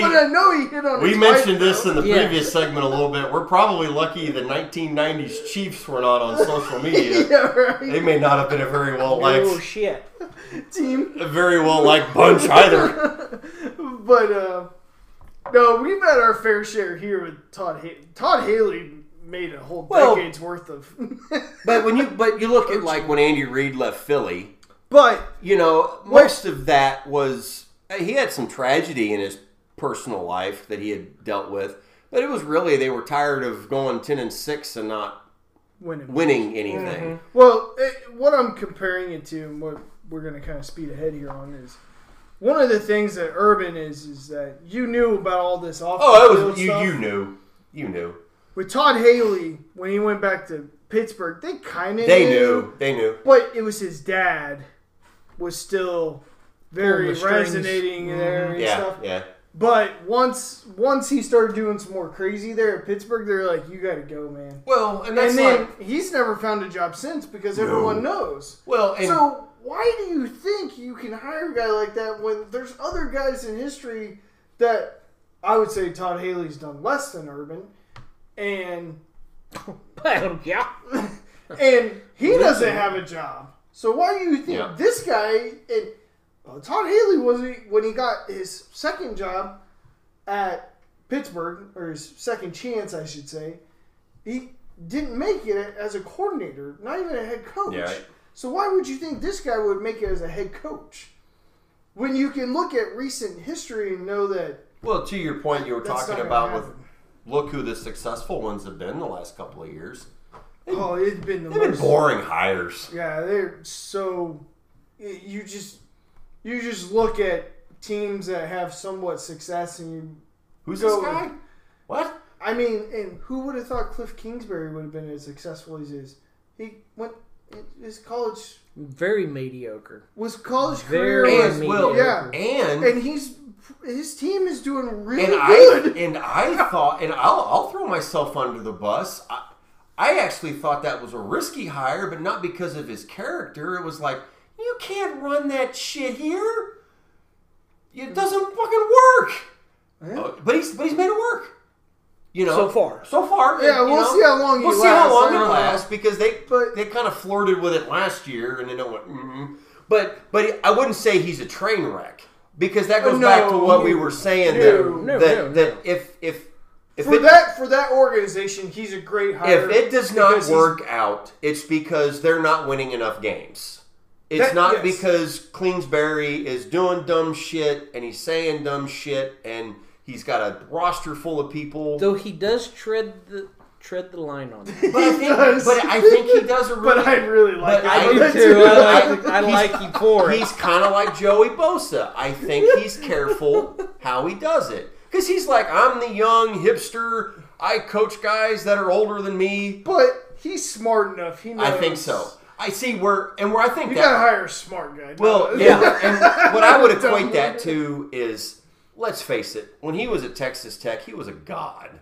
S1: but I know he hit on.
S3: we
S1: his
S3: mentioned
S1: wife, though.
S3: this in the
S2: Yeah.
S3: previous segment a little bit. We're probably lucky the 1990s Chiefs were not on social media.
S1: yeah, right.
S3: They may not have been a very well
S2: oh
S3: liked
S2: shit!
S1: Team,
S3: a very well liked bunch either.
S1: but uh, no, we've had our fair share here with Todd. Ha- Todd Haley made a whole
S3: Well-
S1: decades worth of.
S3: But when you but you look at like when Andy Reid left Philly,
S1: but
S3: you know most of that was uh, he had some tragedy in his personal life that he had dealt with, but it was really they were tired of going ten and six and not
S1: winning.
S3: winning
S1: Mm-hmm.
S3: anything.
S1: Well, it, what I'm comparing it to, and what we're going to kind of speed ahead here on is one of the things that Urban is is that you knew about all this off.
S3: Oh, that was you. You knew, you knew.
S1: With Todd Haley, when he went back to Pittsburgh, they kind of
S3: They knew. They knew.
S1: but it was his dad was still very
S2: Pulling the strings. Mm-hmm.
S1: resonating there and
S3: Yeah,
S1: stuff.
S3: yeah.
S1: But once once he started doing some more crazy there at Pittsburgh, they're like, "You got to go, man."
S3: Well, and
S1: And then he's never found a job since because everyone knows.
S3: well, and
S1: So why do you think you can hire a guy like that when there's other guys in history that I would say Todd Haley's done less than Urban, and
S2: Well, yeah.
S1: and he doesn't have a job. So why do you think
S3: Yeah.
S1: this guy and well, Todd Haley was when he got his second job at Pittsburgh or his second chance, I should say, he didn't make it as a coordinator, not even a head coach.
S3: Yeah.
S1: So why would you think this guy would make it as a head coach? When you can look at recent history and know that
S3: well, to your point, you were
S1: that's
S3: talking
S1: not gonna
S3: about with
S1: happen.
S3: look who the successful ones have been the last couple of years.
S1: oh, it's been the
S3: They've been
S1: most-
S3: boring hires.
S1: Yeah, they're so. You just you just look at teams that have somewhat success, and you.
S3: Who's
S1: Go
S3: this guy?
S1: with-
S3: What?
S1: I mean, and who would have thought Cliff Kingsbury would have been as successful as he is? He went his college
S2: Very mediocre.
S1: was college
S2: Very
S1: career, was,
S3: And
S2: mean.
S3: well,
S1: Yeah.
S3: and and,
S1: and he's his team is doing really
S3: I
S1: good.
S3: and I thought, and I'll I'll throw myself under the bus. I, I actually thought that was a risky hire, but not because of his character. It was like you can't run that shit here. It doesn't fucking work.
S1: Yeah.
S3: Uh, but he's but he's made it work. You know,
S2: So far.
S3: so far.
S1: Yeah,
S3: and, you
S1: we'll
S3: know,
S1: see how long he
S3: We'll see how
S1: lasts.
S3: long
S1: I
S3: it
S1: don't know.
S3: lasts because they
S1: But-
S3: they kind of flirted with it last year, and then it went. Mm. But but I wouldn't say he's a train wreck because that goes
S1: No,
S3: back to what we were saying that,
S1: no,
S2: no,
S3: that,
S2: no,
S3: that if if if
S1: For
S3: it,
S1: that for that organization, he's a great hire.
S3: if it does not
S1: because he's-
S3: work out, it's because they're not winning enough games. It's
S1: That-
S3: not
S1: yes.
S3: because Klingsbury is doing dumb shit and he's saying dumb shit and he's got a roster full of people.
S2: Though he does tread the tread the line on that.
S3: But I think,
S1: does.
S3: but I think he does a really.
S1: but I really like
S3: But I
S1: it.
S3: do
S1: That's
S3: too.
S1: it.
S3: I like- I
S2: like you for
S3: He's kind of like Joey Bosa. I think he's careful how he does it because he's like, I'm the young hipster. I coach guys that are older than me.
S1: But he's smart enough. He knows.
S3: I think so. I see where and where I think
S1: You
S3: that
S1: gotta hire a smart guy.
S3: Well,
S1: No.
S3: yeah. And what I would
S1: Don't
S3: equate that
S1: worry.
S3: to is, let's face it, when he was at Texas Tech, he was a god.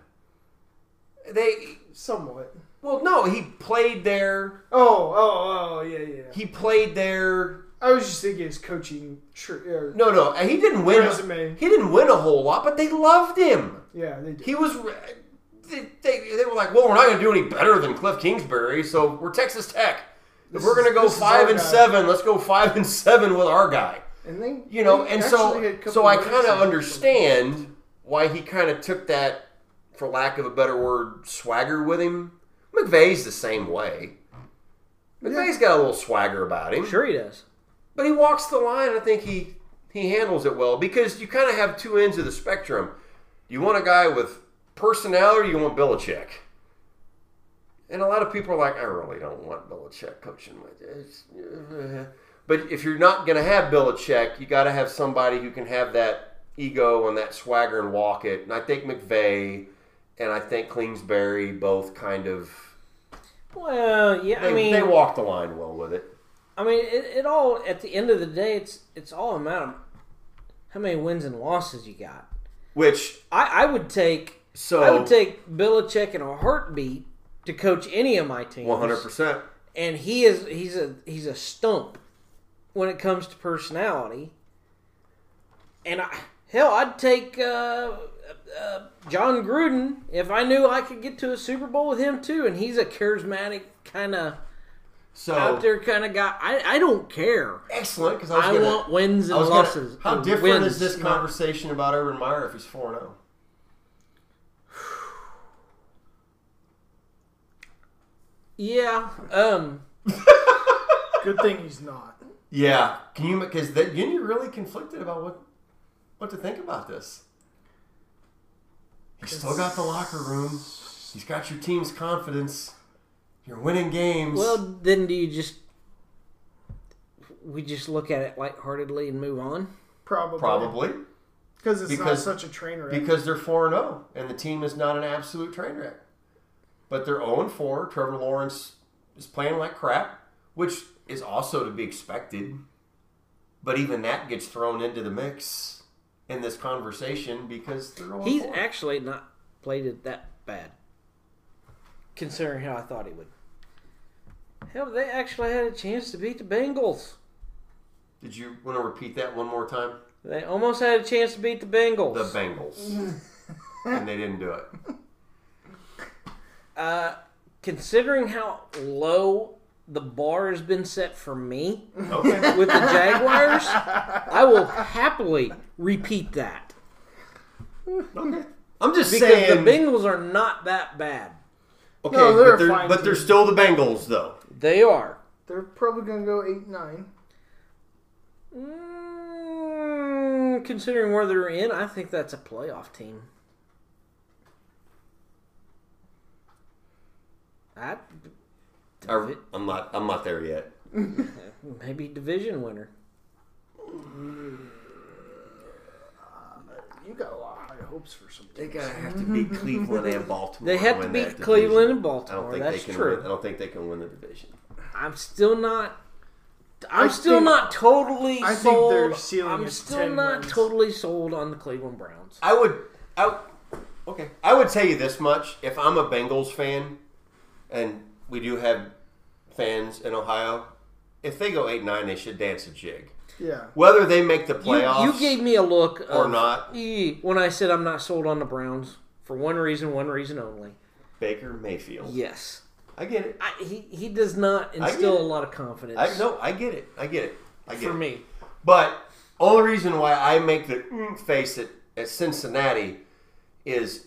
S3: They,
S1: somewhat.
S3: well, no, he played there.
S1: Oh, oh, oh, yeah, yeah.
S3: He played there.
S1: I was just thinking his coaching. uh, Tr- or,
S3: No, no, he didn't win.
S1: Resume.
S3: He didn't win a whole lot, but they loved him.
S1: Yeah, they did.
S3: He was. They, they, they were like, well, we're not going to do any better than Cliff Kingsbury, so we're Texas Tech. If
S1: This
S3: we're going to
S1: is-
S3: go
S1: this is
S3: five
S1: our
S3: and
S1: guy.
S3: seven, let's go five and seven with our guy.
S1: And they,
S3: you know,
S1: they
S3: and so
S1: actually had a couple
S3: so I
S1: wins
S3: kind
S1: in
S3: of
S1: this
S3: understand why he kind of took that, for lack of a better word, swagger with him. McVeigh's the same way. McVeigh's got a little swagger about him,
S2: Sure, he does.
S3: but he walks the line. I think he he handles it well because you kind of have two ends of the spectrum. You want a guy with personality, you want Belichick. And a lot of people are like, I really don't want Belichick coaching my this. uh, But if you're not going to have Belichick, you got to have somebody who can have that ego and that swagger and walk it. And I think McVay and I think Klingsbury both kind of
S2: Well, yeah.
S3: they,
S2: I mean,
S3: they walk the line well with it.
S2: I mean, it, it all at the end of the day, it's it's all a matter of how many wins and losses you got.
S3: Which
S2: I, I would take
S3: so
S2: I would take Belichick in a heartbeat to coach any of my teams.
S3: 100%.
S2: and he is he's a he's a stump when it comes to personality. And I, hell, I'd take uh, uh, John Gruden if I knew I could get to a Super Bowl with him too. And he's a charismatic kind of
S3: So
S2: out there kind of guy. I, I don't care.
S3: excellent because Oh. I was
S2: I
S3: going to
S2: want wins and
S3: I was gonna-
S2: losses.
S3: how
S2: or
S3: different
S2: wins,
S3: is this
S2: not-
S3: conversation about Urban Meyer if he's oh? 4 0?
S2: Yeah. Um.
S1: Good thing he's not.
S3: Yeah. Can you, because then you're really conflicted about what what to think about this. He's still got the locker room, he's got your team's confidence, you're winning games.
S2: Well, then do you just we just look at it lightheartedly and move on?
S1: Probably.
S3: Probably
S1: Because it's
S3: Because-
S1: not such a train wreck.
S3: because they're 4 0 and the team is not an absolute train wreck. But they're 0 4. Trevor Lawrence is playing like crap, which is also to be expected. But even that gets thrown into the mix in this conversation because they're 0
S2: He's
S3: 4.
S2: actually not played it that bad, considering how I thought he would. Hell, they actually had a chance to beat the Bengals.
S3: Did you want to repeat that one more time?
S2: They almost had a chance to beat the Bengals.
S3: The Bengals. and they didn't do it.
S2: uh, considering how low the bar has been set for me
S3: Okay.
S2: with the Jaguars, I will happily repeat that.
S3: I'm just
S2: Because
S3: saying.
S2: the Bengals are not that bad.
S3: okay,
S1: No, they're
S3: but,
S1: a
S3: they're,
S1: fine
S3: but they're
S1: team.
S3: still the Bengals, though.
S2: They are.
S1: They're probably going to go 8 9.
S2: Mm, considering where they're in, I think that's a playoff team. I,
S3: I, I'm not. I'm not there yet.
S2: maybe division winner.
S1: You got a lot of high hopes for some
S3: They
S1: teams.
S3: gotta have to beat Cleveland and Baltimore.
S2: They have
S3: win that
S2: to beat
S3: division.
S2: Cleveland and
S3: I don't
S2: Baltimore.
S3: think
S2: That's
S3: they can
S2: true.
S3: Win. I don't think they can win the division.
S2: I'm still not. I'm
S1: I
S2: still
S1: think-
S2: not totally
S1: I think
S2: sold.
S1: their ceiling
S2: I'm
S1: is
S2: still
S1: 10
S2: not
S1: wins.
S2: totally sold on the Cleveland Browns.
S3: I would. I okay. I would tell you this much: if I'm a Bengals fan, and we do have fans in Ohio, if they go eight nine, they should dance a jig.
S1: Yeah.
S3: Whether they make the
S2: You,
S3: playoffs,
S2: you gave me a look
S3: or
S2: of,
S3: not.
S2: "Eh," when I said I'm not sold on the Browns for one reason, one reason only.
S3: Baker Mayfield.
S2: Yes.
S3: I get it.
S2: I, he he does not
S3: get
S2: instill
S3: it.
S2: a lot of confidence
S3: I no, I get it. I get it. I get
S2: for
S3: it.
S2: me.
S3: But only reason why I make the mm face at, at Cincinnati is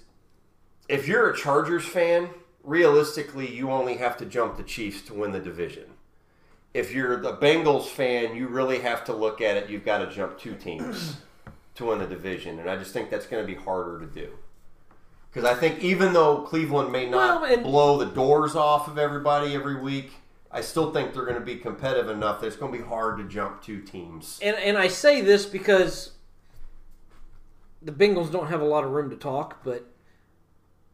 S3: if you're a Chargers fan, realistically, you only have to jump the Chiefs to win the division. If you're the Bengals fan, you really have to look at it. You've got to jump two teams to win the division. And I just think that's going to be harder to do. Because I think even though Cleveland may not
S2: Well, and-
S3: blow the doors off of everybody every week, I still think they're going to be competitive enough that it's going to be hard to jump two teams.
S2: And and I say this because the Bengals don't have a lot of room to talk, but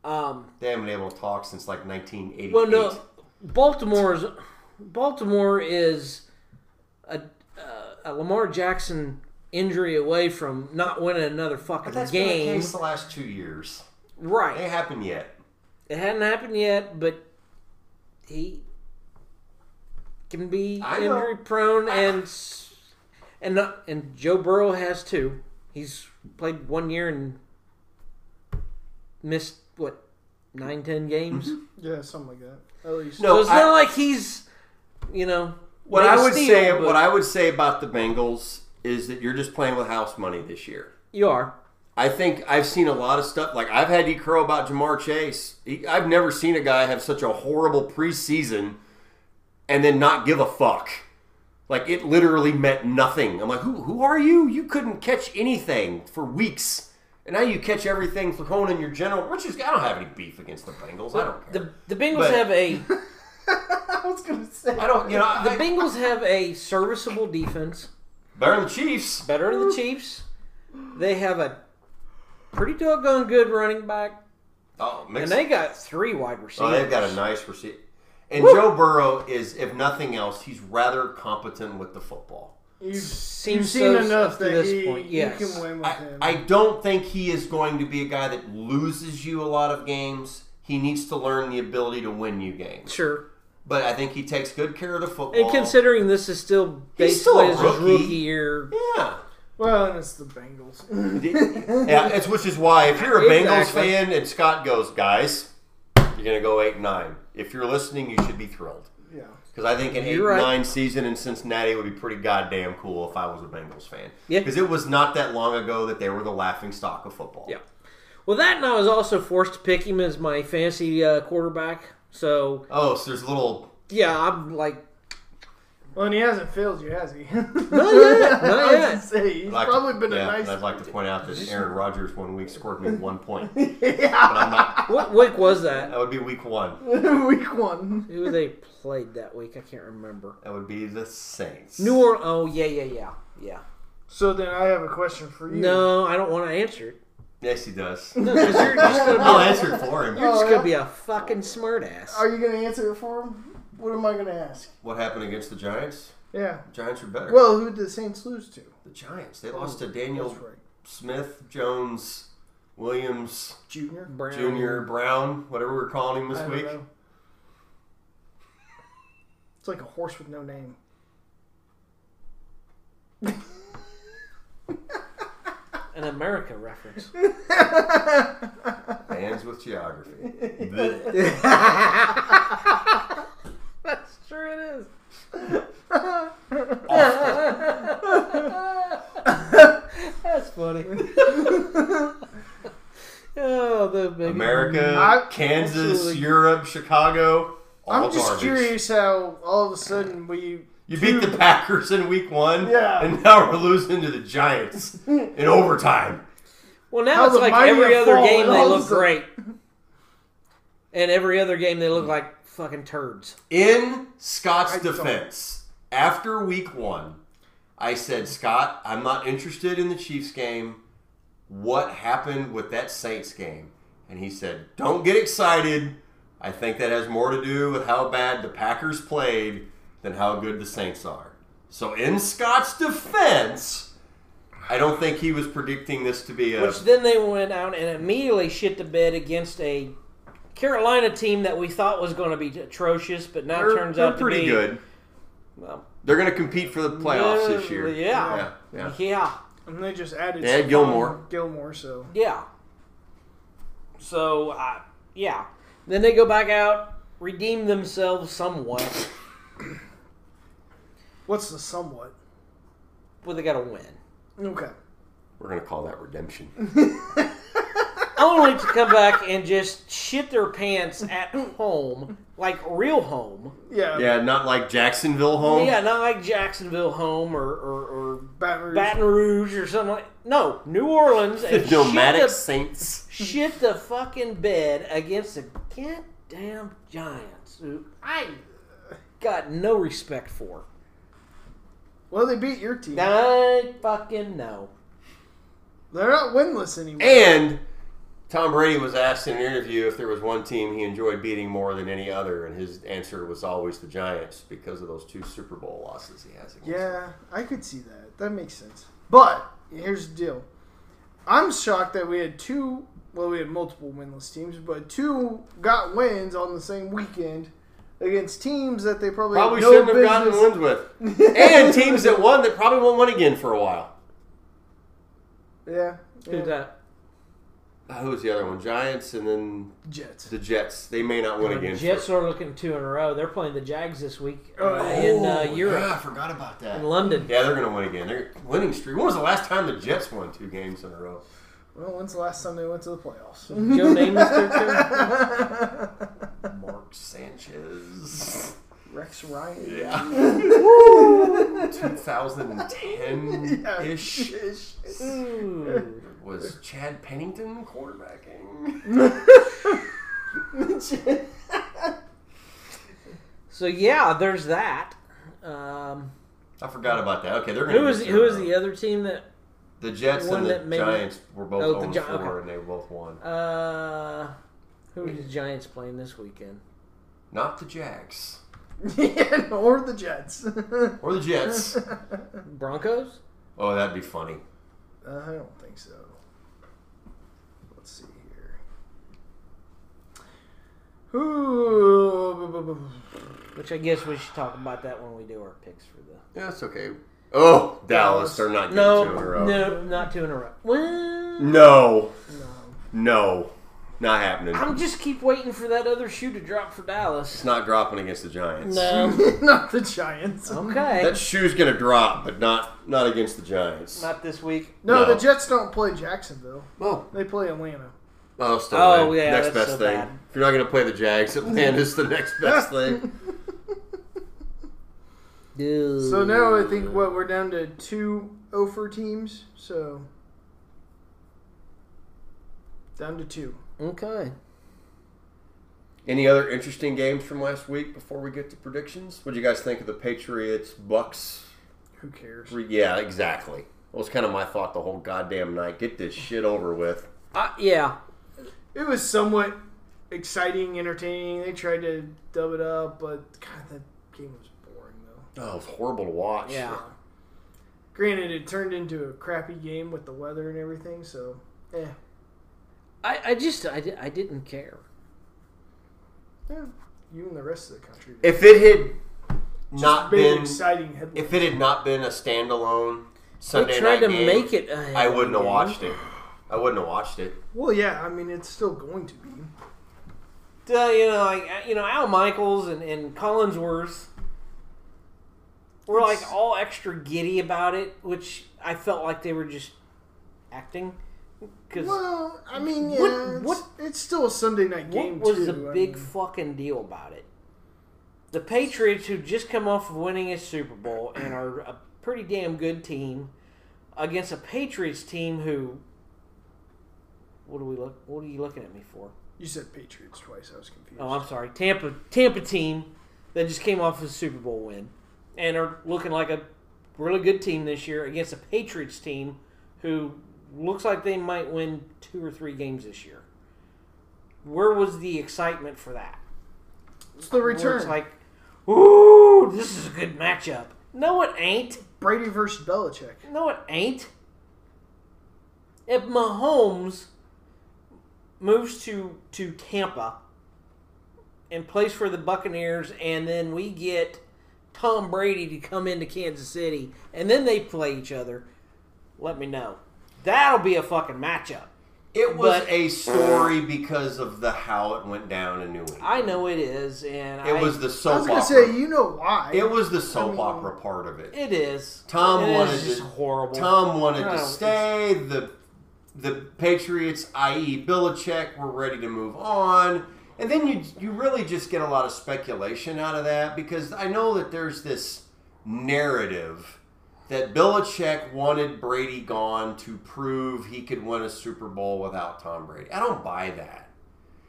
S2: um
S3: They haven't been able to talk since like 1988.
S2: well no Baltimore's Baltimore is a, uh, a Lamar Jackson injury away from not winning another fucking
S3: But that's been the
S2: game.
S3: case the last two years. It
S2: Right.
S3: ain't happened yet.
S2: It hadn't happened yet, but he can be
S3: I know.
S2: injury prone, and s- and not, and Joe Burrow has too. He's played one year and missed what nine, ten games.
S1: Yeah, something like that. At least.
S2: So
S3: No,
S2: it's
S3: Mm-hmm. I-
S2: not like he's you know
S3: what
S2: made
S3: I
S2: a
S3: would
S2: steal,
S3: say,
S2: but
S3: what I would say about the Bengals is that you're just playing with house money this year.
S2: You are.
S3: I think I've seen a lot of stuff. Like I've had you crow about Jamar Chase. He, I've never seen a guy have such a horrible preseason and then not give a fuck. Like it literally meant nothing. I'm like, who who are you? You couldn't catch anything for weeks, and now you catch everything for honing your general. Which is I don't have any beef against the Bengals. I don't care.
S2: The the Bengals
S3: But-
S2: have a
S1: I was gonna say.
S3: I don't. You know,
S2: the
S3: I,
S2: Bengals have a serviceable defense,
S3: better than the Chiefs.
S2: better than the Chiefs. They have a pretty doggone good running back,
S3: Oh, mix
S2: and they got three wide
S3: Oh,
S2: receivers.
S3: they've got a nice receiver. And Joe Burrow is, if nothing else, he's rather competent with the football.
S1: You've,
S2: Seems
S1: you've seen
S2: so
S1: enough
S2: up to
S1: that
S2: this
S1: he,
S2: point, yes.
S1: you can win with
S3: I,
S1: him.
S3: I don't think he is going to be a guy that loses you a lot of games. He needs to learn the ability to win you games.
S2: Sure.
S3: But I think he takes good care of the football.
S2: And considering this is still
S3: He's still a
S2: basically his rookie.
S3: rookie.
S2: year,
S3: yeah.
S1: well, and it's the Bengals.
S3: yeah, it's which is why if you're a Bengals
S2: Exactly.
S3: fan and Scott goes, guys, you're gonna go eight and nine. If you're listening, you should be thrilled.
S1: yeah.
S3: Because I think an eight
S2: You're right.
S3: nine season in Cincinnati would be pretty goddamn cool if I was a Bengals fan.
S2: Yeah.
S3: Because it was not that long ago that they were the laughing stock of football.
S2: Yeah. well, that and I was also forced to pick him as my fantasy uh, quarterback. So
S3: Oh, so there's a little.
S2: yeah, I'm like
S1: Well, and he hasn't failed you, has he?
S2: not yet, not
S1: I was gonna
S2: yet.
S1: say, he's
S3: I'd like
S1: probably
S3: to-
S1: been
S3: yeah,
S1: a nice.
S3: and I'd like to point out that Aaron Rodgers one week scored me one point.
S1: yeah.
S3: But I'm not.
S2: What week was that?
S3: That would be week one.
S1: Week one.
S2: Who they played that week? I can't remember.
S3: That would be the Saints.
S2: New Orleans. Oh yeah, yeah, yeah, yeah.
S1: So then I have a question for
S3: Hmm.
S1: you.
S2: No, I don't want to answer it.
S3: Yes, he does.
S2: No, 'cause you're just gonna be,
S3: I'll answer it for him.
S2: you're just
S1: yeah?
S2: gonna be
S3: Oh,
S2: a fucking smartass.
S1: Are you gonna answer it for him? What am I gonna ask?
S3: What happened against the Giants?
S1: Yeah.
S3: Giants are better.
S1: Well, who did the Saints lose to?
S3: the Giants. They lost to Daniel
S1: That's right.
S3: Smith, Jones, Williams,
S1: Junior.
S2: Brown.
S3: Junior, Brown, whatever we're calling him this
S1: I don't
S3: week.
S1: know. It's like a horse with no name.
S2: an America reference.
S3: Fans with geography. Blech.
S2: sure it is. That's funny. oh, the baby.
S3: America,
S1: I-
S3: Kansas,
S2: absolutely.
S3: Europe, Chicago. All
S1: I'm just
S3: garbage.
S1: curious how all of a sudden we
S3: You beat the Packers in week one,
S1: Yeah.
S3: and now we're losing to the Giants in overtime.
S2: Well, now
S1: How
S2: it's
S1: the
S2: like
S1: mighty
S2: every
S1: have
S2: other
S1: fallen.
S2: game they
S1: All of a
S2: look
S1: sudden-
S2: great, and every other game they look like fucking turds.
S3: In Scott's
S1: I don't-
S3: defense, after week one, I said, Scott, I'm not interested in the Chiefs game. What happened with that Saints game? And he said, Don't get excited. I think that has more to do with how bad the Packers played than how good the Saints are. So, in Scott's defense, I don't think he was predicting this to be a.
S2: Which then they went out and immediately shit the bed against a Carolina team that we thought was going to be atrocious, but now
S3: they're,
S2: turns
S3: they're
S2: out to
S3: pretty
S2: be
S3: good.
S2: Well,
S3: They're going to compete for the playoffs this year.
S2: Yeah.
S3: yeah.
S2: yeah.
S1: and they just added
S3: They had
S1: Stephon
S3: Gilmore.
S1: Gilmore, so
S2: Yeah. So, uh, yeah. Then they go back out, redeem themselves somewhat,
S1: what's the somewhat?
S2: but they got to win.
S1: Okay.
S3: We're going to call that redemption.
S2: Only to come back and just shit their pants at home, like real home.
S1: Yeah.
S3: Yeah, not like Jacksonville home.
S2: Yeah, not like Jacksonville home or, or, or
S1: Baton Rouge.
S2: Baton Rouge or something like No, New Orleans and
S3: Nomadic
S2: shit,
S3: Saints.
S2: the, shit the fucking bed against the goddamn Giants, who I got no respect for.
S1: Well, they beat your team.
S2: I fucking know.
S1: They're not winless anymore.
S3: And Tom Brady was asked in an interview if there was one team he enjoyed beating more than any other, and his answer was always the Giants because of those two Super Bowl losses he has against. them.
S1: yeah, I could see that. That makes sense. But here's the deal. I'm shocked that we had two. Well, we had multiple winless teams, but two got wins on the same weekend against teams that they probably had
S3: Probably
S1: no
S3: shouldn't
S1: business.
S3: have gotten wins with. and teams that won that probably won't win again for a while.
S1: Yeah. yeah.
S2: Who's that?
S3: Uh, who was the other one? Giants and then
S1: Jets.
S3: the Jets. They may not win again.
S2: The Jets are looking two in a row. They're playing the Jags this week uh,
S1: Oh,
S2: in uh, Europe,
S3: Yeah, I forgot about that.
S2: in London.
S3: Yeah, they're gonna win again. They're winning streak. When was the last time the Jets won two games in a row?
S1: Well, when's the last time they went to the playoffs?
S2: Joe Namath's their coach.
S3: Mark Sanchez.
S1: Rex Ryan.
S3: Yeah. 2010 ish
S2: Ooh.
S3: was Chad Pennington quarterbacking.
S2: So yeah, there's that. Um,
S3: I forgot about that. Okay, they're gonna.
S2: who is
S3: get
S2: who is
S3: through.
S2: the other team that?
S3: The Jets
S2: one
S3: and
S2: that
S3: the
S2: maybe-
S3: Giants were both
S2: Oh,
S3: 0
S2: the Gi-
S3: 4
S2: okay.
S3: and they both won.
S2: Uh, who are the Giants playing this weekend?
S3: Not the Jags
S1: yeah, or the Jets.
S3: or the Jets.
S2: Broncos.
S3: oh, that'd be funny.
S1: Uh, I don't think so. Let's see here. Ooh,
S2: Which I guess we should talk about that when we do our picks for the.
S3: Yeah, it's okay. Oh, Dallas, they're not getting two in a
S2: No,
S3: row.
S2: no, not two in a row. Well,
S3: No,
S1: no.
S3: no, not happening.
S2: I'm just keep waiting for that other shoe to drop for Dallas.
S3: It's not dropping against the Giants.
S2: No.
S1: Not the Giants.
S2: Okay.
S3: That shoe's gonna drop, but not not against the Giants.
S2: Not this week.
S1: No,
S3: No.
S1: the Jets don't play Jacksonville.
S3: oh,
S1: They play Atlanta.
S3: oh, still
S2: Oh,
S3: lame.
S2: yeah,
S3: next
S2: that's
S3: best
S2: so
S3: thing.
S2: bad.
S3: If you're not gonna play the Jags, Atlanta's the next best thing.
S2: Dude.
S1: So now I think what we're down to two Ofer teams. So down to two.
S2: Okay.
S3: Any other interesting games from last week before we get to predictions? What do you guys think of the Patriots Bucks?
S1: Who cares?
S3: Yeah, exactly. That was kind of my thought the whole goddamn night. Get this shit over with.
S2: Uh, yeah.
S1: It was somewhat exciting, entertaining. They tried to dub it up, but God, that game was boring though.
S3: Oh, it was horrible to watch.
S2: Yeah.
S1: Granted, it turned into a crappy game with the weather and everything, so eh.
S2: I, I just I, di- I didn't care.
S1: Yeah, You and the rest of the country.
S3: If it had not
S1: big,
S3: been,
S1: exciting headline.
S3: if it had not been a standalone
S2: They
S3: Sunday
S2: tried
S3: night
S2: to
S3: game,
S2: make it. A
S3: I wouldn't have
S2: game.
S3: watched it. I wouldn't have watched it.
S1: Well, yeah, I mean, it's still going to be.
S2: Uh, you know, like uh, you know, Al Michaels and, and Collinsworth were like
S1: It's-
S2: all extra giddy about it, which I felt like they were just acting. Because
S1: Well, I mean, yeah,
S2: What-
S1: it's,
S2: what-
S1: it's still a Sunday night
S2: what
S1: game.
S2: was
S1: too,
S2: the
S1: I
S2: big
S1: mean.
S2: fucking deal about it? The Patriots, who just come off of winning a Super Bowl and are a pretty damn good team, against a Patriots team who. What do we look? What are you looking at me for?
S1: You said Patriots twice. I was confused.
S2: Oh, I'm sorry. Tampa Tampa team that just came off a Super Bowl win and are looking like a really good team this year against a Patriots team who looks like they might win two or three games this year. Where was the excitement for that?
S1: it's the
S2: Where
S1: return.
S2: it's like, ooh, this is a good matchup. No, it ain't.
S1: Brady versus Belichick.
S2: No, it ain't. If Mahomes moves to to Tampa and plays for the Buccaneers, and then we get Tom Brady to come into Kansas City, and then they play each other, let me know. That'll be a fucking matchup.
S3: It was
S2: But-
S3: a story because of the how it went down in New England.
S2: I know it is, and
S3: it
S2: I,
S3: was the
S1: I
S3: soap
S1: was gonna
S3: opera.
S1: say, you know why?
S3: Oh, it was the soap
S1: mean-
S3: opera part of it.
S2: it is.
S3: Tom
S2: It is
S3: wanted
S2: just
S3: to-
S2: horrible.
S3: Tom wanted
S2: No,
S3: to
S2: it's-
S3: stay. The the Patriots, i.e., Belichick, were ready to move on, and then you you really just get a lot of speculation out of that because I know that there's this narrative that Belichick wanted Brady gone to prove he could win a Super Bowl without Tom Brady. I don't buy that.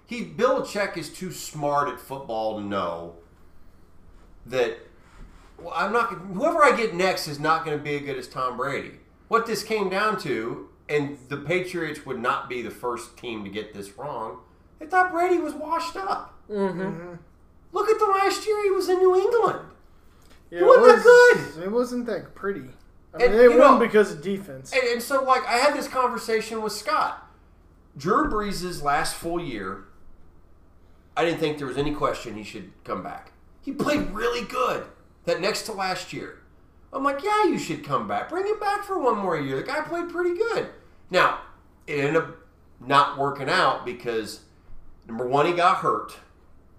S3: He Belichick is too smart at football to know that well, I'm not. Whoever I get next is not going to be as good as Tom Brady. What this came down to, and the Patriots would not be the first team to get this wrong. They thought Brady was washed up.
S1: Mhm.
S3: Look at the last year he was in New England.
S1: Yeah,
S3: It wasn't
S1: was- It wasn't that pretty. I mean,
S3: And,
S1: they
S3: you
S1: won
S3: know-
S1: because of defense.
S3: And, and so, like, I had this conversation with Scott. Drew Brees' last full year, I didn't think there was any question he should come back. He played really good that next to last year. I'm like, yeah, you should come back. Bring him back for one more year. The guy played pretty good. Now, it ended up not working out because number one, he got hurt,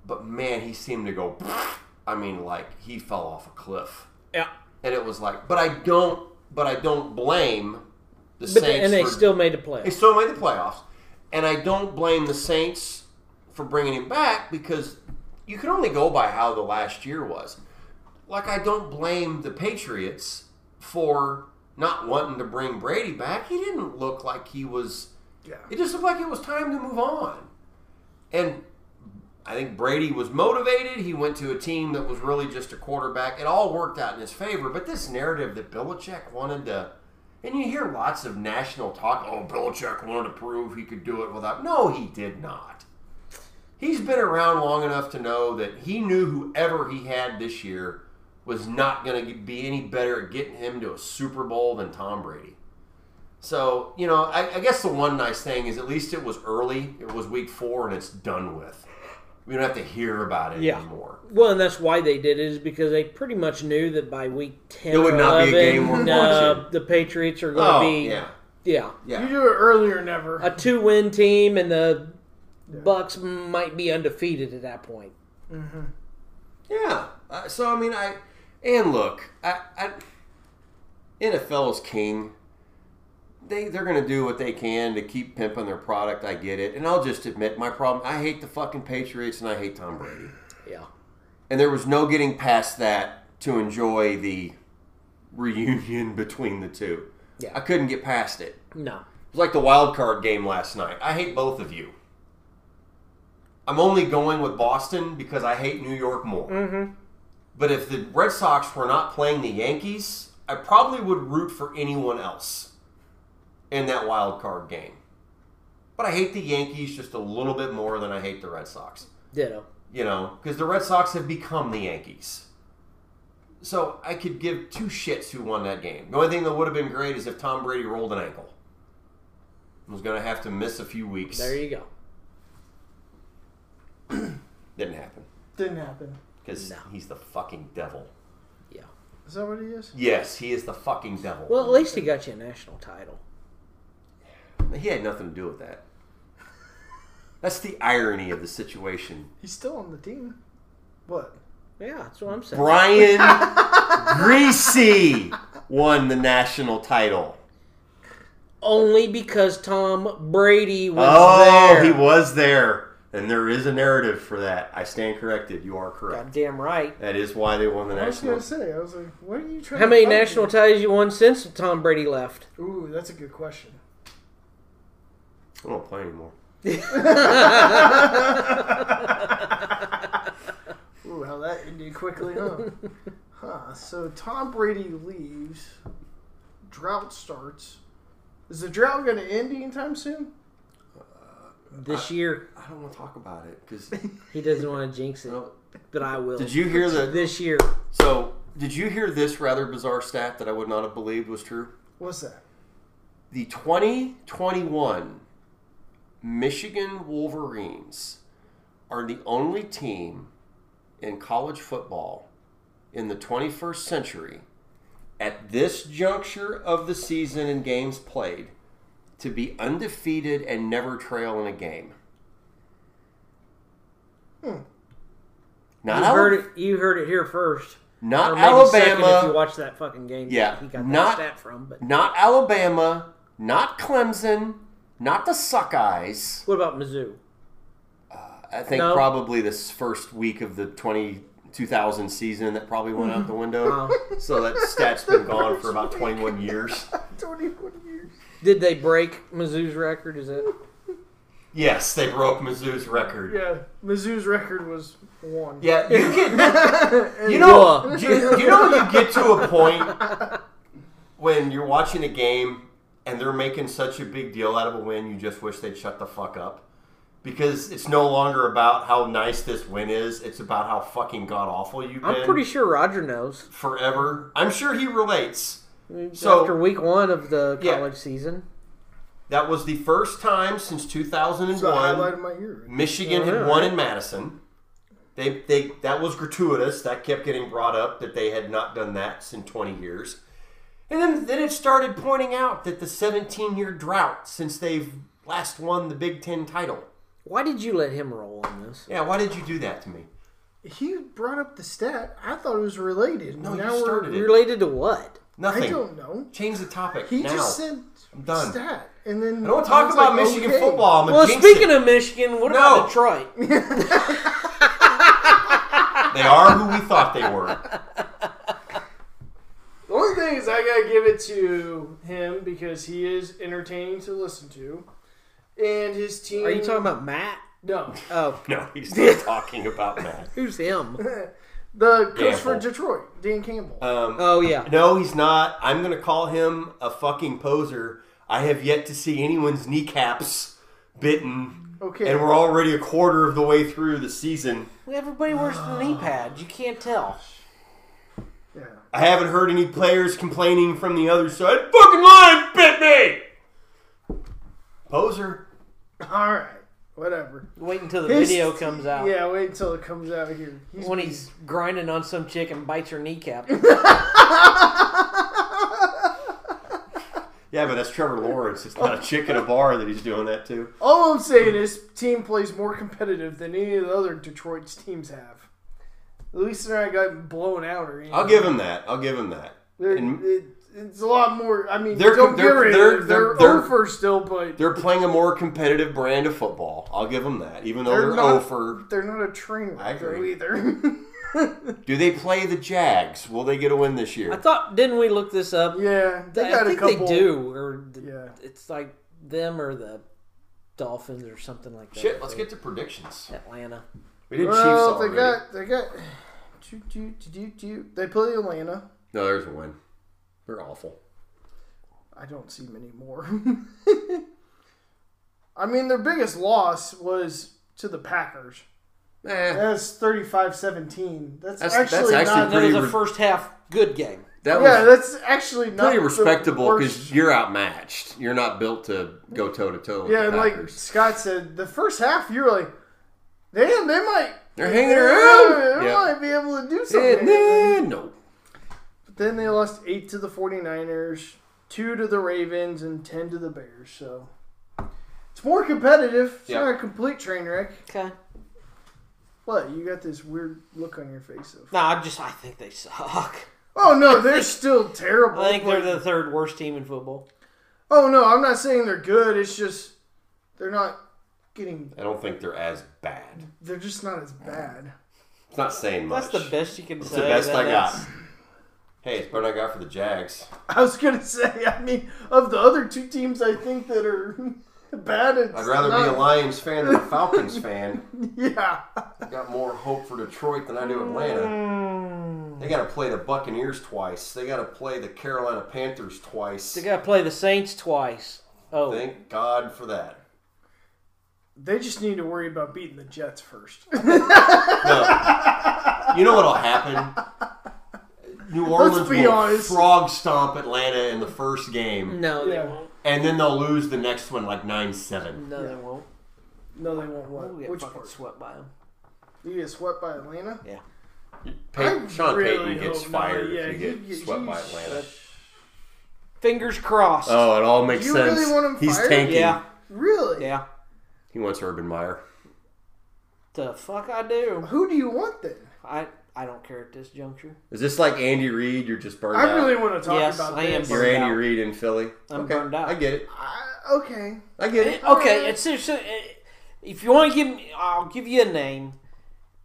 S3: but man, he seemed to go. I mean, like he fell off a cliff,
S2: Yeah.
S3: and it was like. But I don't. But I don't blame the
S2: But they,
S3: Saints.
S2: and they
S3: for-
S2: still made the
S3: they
S2: playoffs.
S3: still made the playoffs, and I don't blame the Saints for bringing him back because you can only go by how the last year was. Like I don't blame the Patriots for not wanting to bring Brady back. He didn't look like he was.
S1: Yeah.
S3: It just looked like it was time to move on. And I think Brady was motivated. He went to a team that was really just a quarterback. It all worked out in his favor. But this narrative that Belichick wanted to, and you hear lots of national talk. Oh, Belichick wanted to prove he could do it without. No, he did not. He's been around long enough to know that he knew whoever he had this year was not going to be any better at getting him to a Super Bowl than Tom Brady. So, you know, I, I guess the one nice thing is at least it was early. It was week four and it's done with. We don't have to hear about it
S2: Yeah.
S3: anymore.
S2: Well, and that's why they did it is because they pretty much knew that by week ten,
S3: It would
S2: or
S3: not be a
S2: 11,
S3: game worth
S2: uh,
S3: watching.
S2: the Patriots are going
S3: Oh,
S2: to be
S3: yeah.
S2: yeah,
S1: You
S3: Yeah.
S1: do it earlier, never.
S2: a two win team, and the Bucks might be undefeated at that point.
S3: Yeah. Uh, so, I mean, I. And look, I, I NFL is king. They, they're going to do what they can to keep pimping their product. I get it. And I'll just admit my problem. I hate the fucking Patriots and I hate Tom Brady.
S2: Yeah,
S3: and there was no getting past that to enjoy the reunion between the two.
S2: Yeah.
S3: I couldn't get past it. It
S2: no,
S3: was like the wild card game last night. I hate both of you. I'm only going with Boston because I hate New York more. But if the Red Sox were not playing the Yankees, I probably would root for anyone else in that wild card game. But I hate the Yankees just a little bit more than I hate the Red Sox
S2: ditto.
S3: you know, because the Red Sox have become the Yankees. So I could give two shits who won that game. The only thing that would have been great is if Tom Brady rolled an ankle. and Was going to have to miss a few weeks.
S2: There you go.
S3: Didn't happen
S1: Didn't happen.
S3: because
S2: No.
S3: he's the fucking devil.
S2: Yeah.
S1: Is that what he is?
S3: Yes, he is the fucking devil.
S2: Well, at least he got you a national title.
S3: he had nothing to do with that. That's the irony of the situation.
S1: He's still on the team. What?
S2: Yeah, that's what I'm saying.
S3: Brian Greasy won the national title.
S2: Only because Tom Brady was
S3: Oh,
S2: there.
S3: he was there. And there is a narrative for that. I stand corrected. You are correct.
S2: Goddamn right.
S3: That is why they won the
S1: I was
S3: national.
S1: gonna say. I was like, what are you trying?
S2: How
S1: to
S2: many
S1: find
S2: national
S1: here?
S2: titles you won since Tom Brady left?
S1: Ooh, that's a good question.
S3: I don't play anymore.
S1: Ooh, how that ended quickly, huh? huh. So Tom Brady leaves. Drought starts. Is the drought going to end anytime soon?
S2: This year,
S3: I don't want to talk about it because.
S2: he doesn't want to jinx it, but I will.
S3: did you hear that?
S2: This year,
S3: So, did you hear this rather bizarre stat that I would not have believed was true?
S1: What's that?
S3: The 2021 Michigan Wolverines are the only team in college football in the 21st century at this juncture of the season and games played to be undefeated and never trail in a game.
S2: you
S3: Not,
S2: heard
S3: Al-
S2: it. You heard it here first. Or
S3: not
S2: maybe second if you
S3: Alabama,
S2: watched that fucking game.
S3: Yeah,
S2: he got that
S3: not-
S2: stat from. But
S3: not Alabama, not Clemson, not the Suckeyes.
S2: what about Mizzou?
S3: I think
S2: No.
S3: probably this first week of the 20, 2000 season that probably went out the window. So that stat's been gone for about 21 years.
S1: Twenty-one years.
S2: Did they break Mizzou's record? Is it?
S3: Yes, they broke Mizzou's record.
S1: Yeah, Mizzou's record was one.
S3: Yeah, you get. You know,
S2: Yeah.
S3: you, you know, when you get to a point when you're watching a game and they're making such a big deal out of a win, you just wish they'd shut the fuck up. Because it's no longer about how nice this win is; it's about how fucking god awful you've been
S2: I'm pretty sure Roger knows.
S3: forever. I'm sure he relates. So-
S2: So after week one of the
S3: Yeah.
S2: college season,
S3: That was the first time since 2001
S1: It's the highlight of my year.
S3: Michigan had won in Madison. They, they that was gratuitous. That kept getting brought up that they had not done that in 20 years. And then, then it started pointing out that the 17 year drought since they've last won the Big Ten title.
S2: Why did you let him roll on this?
S3: Yeah, why did you do that to me?
S1: He brought up the stat. I thought it was related.
S3: No,
S1: now
S3: you
S1: we're-
S3: started it.
S2: Related to what?
S3: Nothing.
S1: I don't know.
S3: Change the topic.
S1: He
S3: now.
S1: just said
S3: I'm done.
S1: stat, and then
S3: I don't want to talk about Michigan football. I'm a
S2: Well,
S3: jinx
S2: speaking
S3: it.
S2: of Michigan, what
S3: No.
S2: about Detroit?
S3: they are who we thought they were.
S1: The only thing is, I gotta give it to him because he is entertaining to listen to, and his team.
S2: Are you talking about Matt?
S1: No,
S2: Oh,
S3: No, he's not talking about that.
S2: who's him?
S1: the coach for
S3: Campbell.
S1: Detroit, Dan Campbell.
S3: Um,
S2: Oh yeah.
S3: no, he's not. I'm going to call him a fucking poser. I have yet to see anyone's kneecaps bitten,
S1: okay,
S3: and we're already a quarter of the way through the season.
S2: Everybody wears the knee pad. You can't tell.
S1: yeah.
S3: I haven't heard any players complaining from the other side. Fucking lion bit me. Poser.
S1: All right, whatever.
S2: Wait until the
S1: His-
S2: video comes out.
S1: Yeah, wait until it comes out here. He's,
S2: When he's grinding on some chick and bites her kneecap.
S3: Yeah, but that's Trevor Lawrence. It's not a chick at a bar that he's doing that to.
S1: all I'm saying is, team plays more competitive than any of the other Detroit's teams have. At least they're not gotten blown out or anything.
S3: I'll give him that. I'll give him that.
S1: They're-
S3: And-
S1: it, it's a lot more. I mean,
S3: They're-
S1: don't
S3: they're-
S1: get rid
S3: they're-
S1: of it. They're,
S3: they're- they're-
S1: over still, but
S3: They're playing a more competitive brand of football. I'll give them that. Even though
S1: They're
S3: they're,
S1: not-
S3: over.
S1: they're not a train
S3: I
S1: wreck though
S3: agree.
S1: either.
S3: Do they play the Jags? Will they get a win this
S2: I
S3: year?
S2: thought didn't we look this up?
S1: yeah, they got a
S2: I think
S1: couple.
S2: they do, or th-
S1: Yeah.
S2: it's like them or the Dolphins or something like that.
S3: Shit, let's get to predictions.
S2: Atlanta.
S3: We did
S1: Well, they
S3: Chiefs already.
S1: got they got. Do, do, do, do, do. They play Atlanta.
S3: No, there's a win. They're awful.
S1: I don't see many more. I mean, their biggest loss was to the Packers.
S3: Eh,
S1: That's 35-17. That's,
S3: That's- that's
S1: actually
S3: actually
S1: not.
S2: That was
S3: Pretty
S2: a
S3: re-
S2: first half good game.
S3: that
S1: yeah,
S3: was
S1: that's actually not
S3: pretty
S1: the
S3: respectable
S1: worst
S3: because you're outmatched. You're not built to go toe to toe.
S1: Yeah,
S3: with
S1: and
S3: the
S1: like
S3: Packers.
S1: Scott said, the first half you were like, damn, they might
S3: They're hanging
S1: they
S3: around.
S1: They
S3: Yeah.
S1: might be able to do something.
S3: And then, no.
S1: But then they lost eight to the 49ers, two to the Ravens, and ten to the Bears. So it's more competitive. It's
S3: Yeah.
S1: not a complete train wreck.
S2: Okay.
S1: What you got this weird look on your face of?
S2: No, I just I think they suck.
S1: Oh no, they're still terrible.
S2: I think they're
S1: but-
S2: the third worst team in football.
S1: Oh no, I'm not saying they're good. It's just they're not getting.
S3: I don't think they're as bad.
S1: They're just not as bad.
S3: It's not saying much.
S2: That's the best you can
S3: It's
S2: say.
S3: the best
S2: that
S3: I got.
S2: that's-
S3: Hey, it's better than I got for the Jags.
S1: I was gonna say. I mean, of the other two teams, I think that are bad. It's
S3: I'd rather be a
S1: not-
S3: Lions fan than a Falcons fan.
S1: Yeah,
S3: I got more hope for Detroit than I do Atlanta.
S1: Mm.
S3: They got to play the Buccaneers twice. They got to play the Carolina Panthers twice.
S2: They got to play the Saints twice. Oh,
S3: Thank God for that.
S1: they just need to worry about beating the Jets first.
S3: No. you know what'll happen? New Orleans
S1: be
S3: will
S1: honest. Mm.
S3: frog stomp Atlanta in the first game,
S2: no, they
S1: Yeah.
S2: won't.
S3: and then they'll lose the next one like nine seven.
S2: No, they won't.
S1: no, they won't. What?
S2: We'll get
S1: Which
S2: fucking
S1: part?
S2: swept by them.
S1: You get swept by Atlanta. I
S3: Pey- Sean
S1: really
S3: Payton gets
S1: hope not.
S3: fired
S1: Yeah,
S3: if
S1: he
S3: you get
S1: gets-
S3: swept by
S1: he's-
S3: Atlanta.
S2: Fingers crossed.
S3: Oh, it all makes
S1: You
S3: sense.
S1: really want him
S3: He's
S1: fired?
S3: tanking.
S2: yeah,
S1: Really?
S2: yeah.
S3: He wants Urban Meyer.
S2: The fuck I do.
S1: Who do you want then?
S2: I I don't care at this juncture.
S3: Is this like Andy Reid? You're just burned
S1: I
S3: out.
S1: really want to talk
S2: Yes,
S1: about
S2: I am
S1: this.
S3: You're
S2: burned
S3: Andy
S2: out.
S3: Reid in Philly.
S2: I'm
S3: okay,
S2: burned out.
S3: I get it.
S1: I- okay.
S3: I get it.
S2: Eh, Okay, it's it's- uh, if you want to give me, I'll give you a name,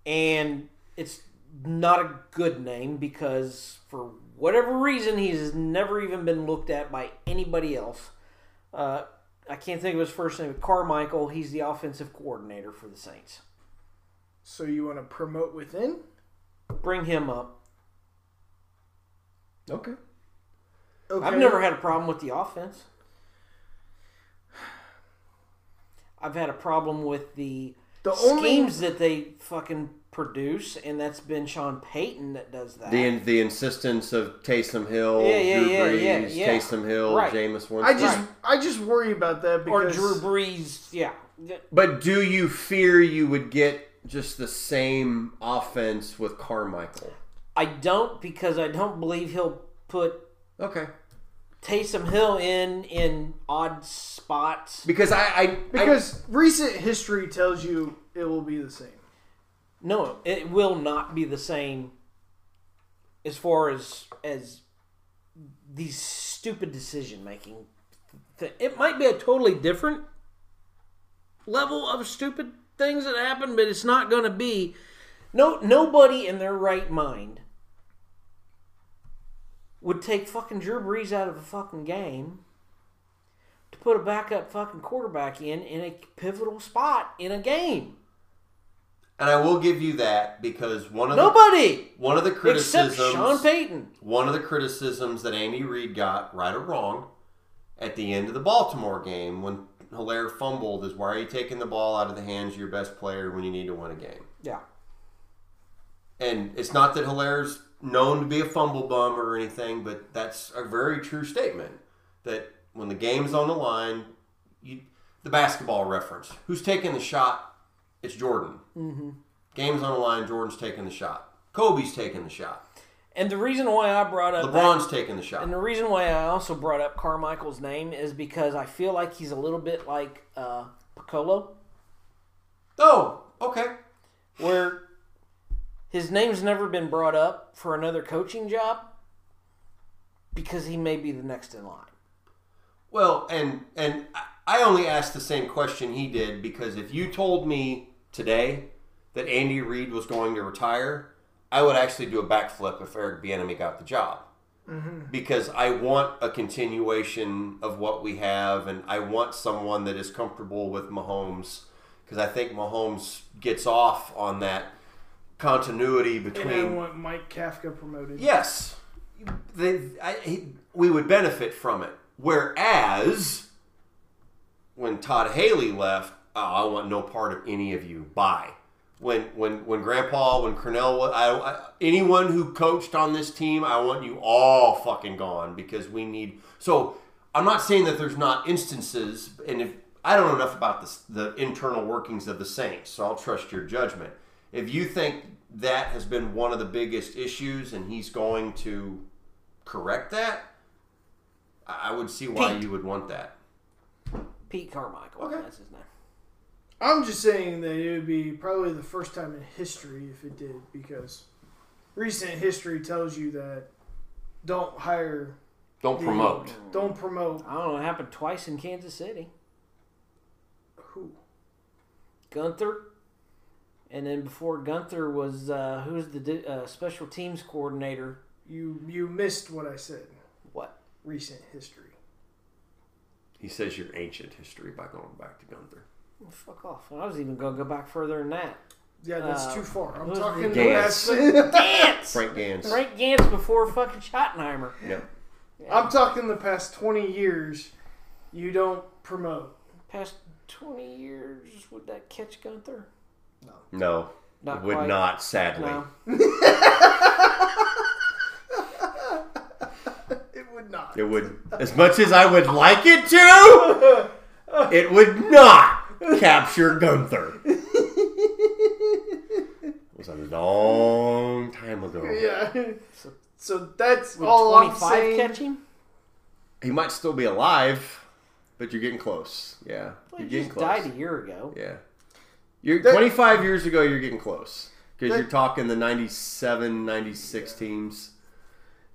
S2: and it's not a good name because for whatever reason he's never even been looked at by anybody else. Uh, I can't think of his first name. Carmichael. He's the offensive coordinator for the Saints.
S1: So you want to promote within?
S2: Bring him up.
S3: Okay.
S1: Okay.
S2: I've never had a problem with the offense. I've had a problem with the
S1: the only
S2: schemes that they fucking produce, and that's been Sean Payton that does that.
S3: The the insistence of Taysom Hill,
S2: Yeah, yeah,
S3: Drew
S2: yeah, yeah,
S3: Brees,
S2: yeah.
S3: Taysom Hill,
S2: Right.
S3: Jameis Winston.
S1: I just I just worry about that
S2: or
S1: because
S2: Drew Brees, yeah. Th-
S3: But do you fear you would get just the same offense with Carmichael?
S2: I don't because I don't believe he'll put
S3: Okay.
S2: Taysom Hill in in odd spots.
S3: because I, I I,
S1: Because recent history tells you it will be the same.
S2: No, it will not be the same as far as as these stupid decision making. Th- it might be a totally different level of stupid things that happen, but it's not going to be. No, nobody in their right mind would take fucking Drew Brees out of a fucking game to put a backup fucking quarterback in in a pivotal spot in a game.
S3: and I will give you that because one of
S2: Nobody.
S3: the one of the
S2: Except
S3: criticisms
S2: Sean Payton.
S3: one of the criticisms that Andy Reid got, right or wrong, at the end of the Baltimore game when Hilaire fumbled is why are you taking the ball out of the hands of your best player when you need to win a game?
S2: Yeah.
S3: And it's not that Hilaire's known to be a fumble bum or anything, but that's a very true statement that when the game's on the line, you, the basketball reference who's taking the shot? It's Jordan. Mm-hmm. Game's on the line, Jordan's taking the shot. Kobe's taking the shot.
S2: And the reason why I brought up that,
S3: LeBron's taking the shot.
S2: and the reason why I also brought up Carmichael's name is because I feel like he's a little bit like uh, Piccolo,
S3: Oh, okay.
S2: where his name's never been brought up for another coaching job because he may be the next in line.
S3: Well, and and I- I only asked the same question he did because if you told me today that Andy Reid was going to retire, I would actually do a backflip if Eric Bieniemy got the job because I want a continuation of what we have, and I want someone that is comfortable with Mahomes because I think Mahomes gets off on that continuity
S1: And
S3: between.
S1: I want Mike Kafka promoted.
S3: Yes, they, I, he, we would benefit from it. Whereas, when Todd Haley left, oh, I want no part of any of you. Bye. When when when Grandpa, when Cornell, wa- I, I, anyone who coached on this team, I want you all fucking gone because we need. So I'm not saying that there's not instances, and if I don't know enough about this, the internal workings of the Saints, so I'll trust your judgment. If you think that has been one of the biggest issues, and he's going to correct that, I I would see why
S2: Pete.
S3: you would want that.
S2: Pete Carmichael,
S3: Okay.
S2: that's his name.
S1: I'm just saying that it would be probably the first time in history if it did, because recent history tells you that don't hire,
S3: Don't
S1: Yeah.
S3: promote.
S1: don't promote
S2: I don't know, it happened twice in Kansas City.
S1: who.
S2: Gunther. And then before Gunther was uh, who's the di- uh, special teams coordinator?
S1: You you missed what I said.
S2: What?
S1: Recent history.
S3: He says your ancient history by going back to Gunther.
S2: Well, fuck off. I was even going to go back further than that.
S1: Yeah, that's
S2: Uh,
S1: too far. I'm
S2: who's
S1: talking
S2: the-
S3: Gantz.
S1: the past.
S2: Gantz!
S3: Frank Gans.
S2: Frank Gantz before fucking Schottenheimer.
S3: Yep.
S1: I'm talking the past 20 years. You don't promote.
S2: Past 20 years, would that catch Gunther?
S3: No,
S2: Not
S3: would
S2: quite.
S3: not. Sadly,
S2: No.
S1: It would not.
S3: it would. As much as I would like it to, it would not capture Gunther. it was a long time ago.
S1: Yeah.
S2: So-
S1: So that's
S2: Would
S1: all I'm
S2: 25
S1: saying.
S2: catch him?
S3: He might still be alive, but you're getting close. Yeah,
S2: Well,
S3: you're
S2: he
S3: getting
S2: just
S3: close.
S2: died a year ago.
S3: Yeah. You're
S1: That-
S3: 25 years ago, you're getting close. Because
S1: That-
S3: you're talking the 97, 96 teams.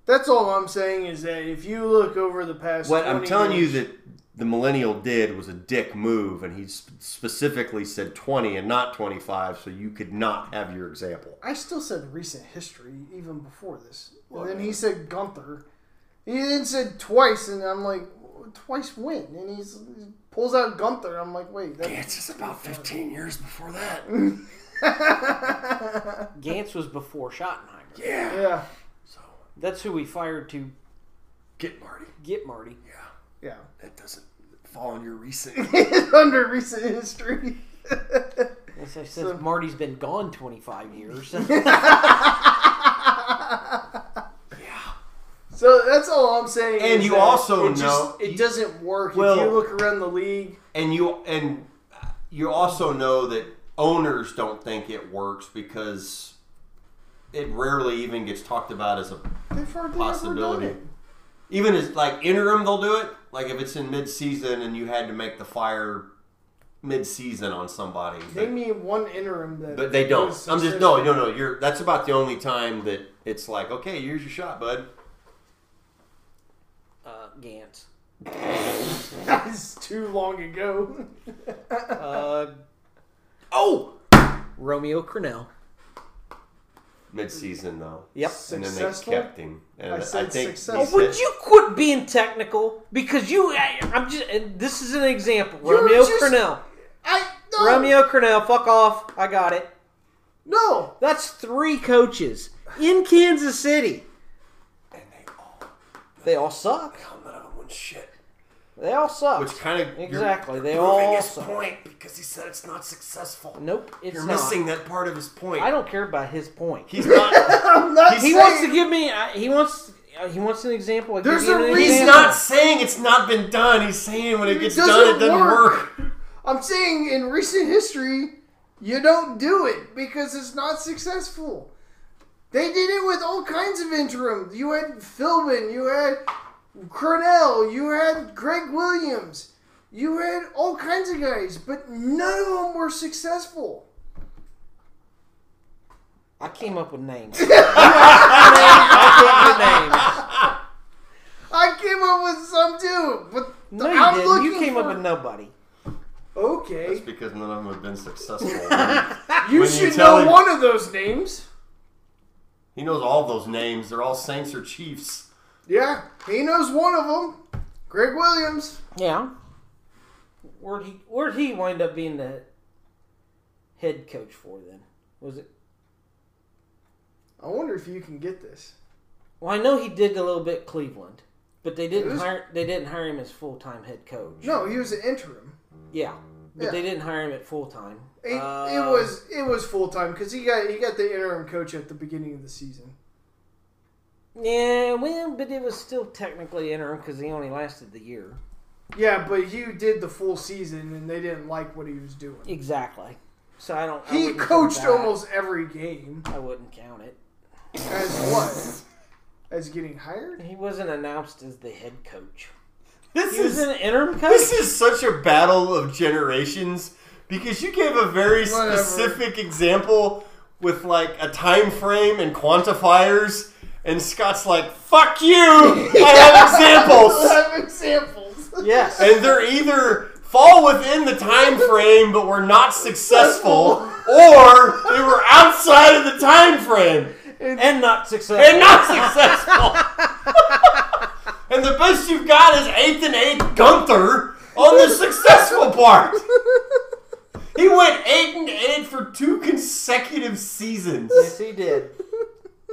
S1: That's all I'm saying is that if you look over the past,
S3: What I'm
S1: 20
S3: telling you
S1: years-
S3: that the millennial did was a dick move, and he sp- specifically said 20 and not 25, so you could not have your example.
S1: I still said recent history even before this. And then he said Gunther. He then said twice, and I'm like, twice when? And he's, he pulls out Gunther. I'm like, wait, that's
S3: just about 15 years before that.
S2: Gantz was before Schottenheimer.
S3: Yeah.
S1: yeah,
S3: So
S2: That's who we fired to
S3: get Marty.
S2: get Marty.
S1: yeah,
S3: That doesn't fall on your recent.
S1: under recent history.
S2: And so, since Marty's been gone 25 years. Uh,
S1: So that's all I'm saying.
S3: And
S1: is
S3: you
S1: that
S3: also
S1: it
S3: know-
S1: just, it doesn't work. if
S3: Well-
S1: you look around the league,
S3: and you and uh, you also know that owners don't think it works because it rarely even gets talked about as a
S1: they've hardly ever done
S3: Possibility.
S1: it.
S3: Even as like interim, they'll do it. Like if it's in mid-season and you had to make the fire mid-season on somebody,
S1: They
S3: but,
S1: mean one interim that.
S3: but they don't.
S1: was
S3: I'm just no, no,
S1: successful.
S3: no. You're that's about the only time that it's like, okay, here's your shot, bud.
S2: Uh, Gantz.
S1: That is too long ago.
S2: Uh,
S3: Oh,
S2: Romeo Cornell.
S3: mid-season though.
S2: Yep. Oh,
S3: And then
S1: Successful?
S3: they kept him. And
S1: I said
S3: think he
S1: successful.
S3: said-
S2: Would you quit being technical? Because you, I, I'm just. And this is an example.
S1: You were
S2: Romeo
S1: just-
S2: Cornell.
S1: I no,
S2: Romeo Cornell. Fuck off. I got it.
S1: No,
S2: That's three coaches in Kansas City.
S3: And they all,
S2: They all suck.
S3: none of them won shit.
S2: They all suck.
S3: Which kind of
S2: Exactly, they all
S3: proving his
S2: suck.
S3: point because he said it's not successful.
S2: nope. It's
S3: You're
S2: not.
S3: missing that part of his point.
S2: I don't care about his point.
S3: He's not.
S1: I'm not.
S3: He's-
S2: He
S1: saying-
S2: wants to give me. I- He wants. uh, He wants an example. I give
S1: There's
S2: him
S1: a
S2: an
S1: reason-
S3: he's
S2: example.
S3: not saying it's not been done. He's saying when it,
S1: It
S3: gets
S1: doesn't
S3: done, it doesn't work.
S1: work. I'm saying in recent history, you don't do it because it's not successful. They did it with all kinds of interim. You had Philbin, you had Cornell, you had Greg Williams, you had all kinds of guys, but none of them were successful.
S2: I came up with names. I
S1: I came up with some too, but
S2: came up with names. No, you
S1: I'm
S2: didn't. You
S1: looking
S2: came up
S1: for-
S2: with nobody.
S1: okay,
S3: because none of them have been successful.
S1: you
S3: when you
S1: should
S3: tell
S1: know
S3: him-
S1: one of those names.
S3: he knows all those names. They're all Saints or Chiefs.
S1: Yeah, he knows one of them. Greg Williams.
S2: Yeah. Where'd he Where'd he wind up being the head coach for? Then was it?
S1: I wonder if you can get this.
S2: Well, I know he did a little bit Cleveland, but they didn't
S1: It was-
S2: hire. They didn't hire him as full time head coach.
S1: No, he was an interim.
S2: Yeah, but
S1: Yeah.
S2: they didn't hire him at full time.
S1: It, it was it was full time because he got he got the interim coach at the beginning of the season.
S2: Yeah, well, but it was still technically interim because he only lasted the year.
S1: Yeah, but he did the full season and they didn't like what he was doing.
S2: Exactly. So I don't. I
S1: He
S2: wouldn't count
S1: coached
S2: that.
S1: almost every game.
S2: I wouldn't count it.
S1: As what? As getting hired?
S2: He wasn't announced as the head coach.
S3: This
S2: He was
S3: is
S2: an interim coach.
S3: this is such a battle of generations because you gave a very
S1: Whatever.
S3: specific example with like a time frame and quantifiers, and Scott's like, "Fuck you! I have examples."
S1: I have examples.
S2: yes.
S3: and they're either fall within the time frame but were not successful or they were outside of the time frame
S2: and not successful.
S3: and not successful and the best you've got is eighth and eighth gunther on the successful part he went eight and eight for two consecutive seasons
S2: yes, he did.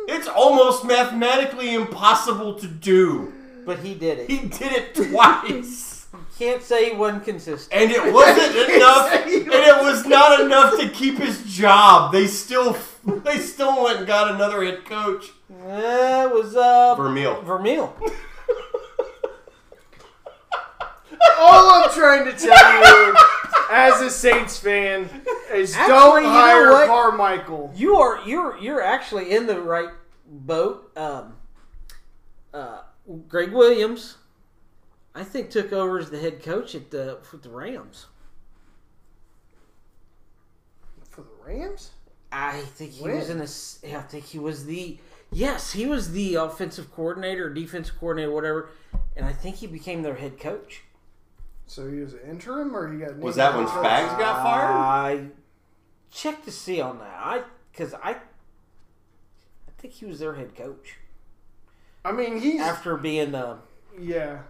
S3: it's almost mathematically impossible to do
S2: But he did it.
S3: he did it twice
S2: Can't say he wasn't consistent.
S3: And it wasn't enough. and it was not enough to keep his job. They still, they still went and got another head coach.
S2: That was uh
S3: Vermeil.
S2: Vermeil.
S1: All I'm trying to tell you, as a Saints fan, is
S2: Actually, you
S1: don't
S2: know
S1: hire
S2: what?
S1: Carmichael.
S2: You are you're you're actually in the right boat. Um, uh, Greg Williams, I think, took over as the head coach at the for the Rams.
S1: For the Rams?
S2: I think he was
S1: When?
S2: in a. s- I think he was the. Yes, he was the offensive coordinator, defensive coordinator, whatever, and I think he became their head coach.
S1: So he was an interim, or he got
S3: Was that when
S1: named?
S3: Spags got fired?
S2: I checked to see on that. I because I, I think he was their head coach
S1: I mean, he's
S2: after being uh,
S1: yeah.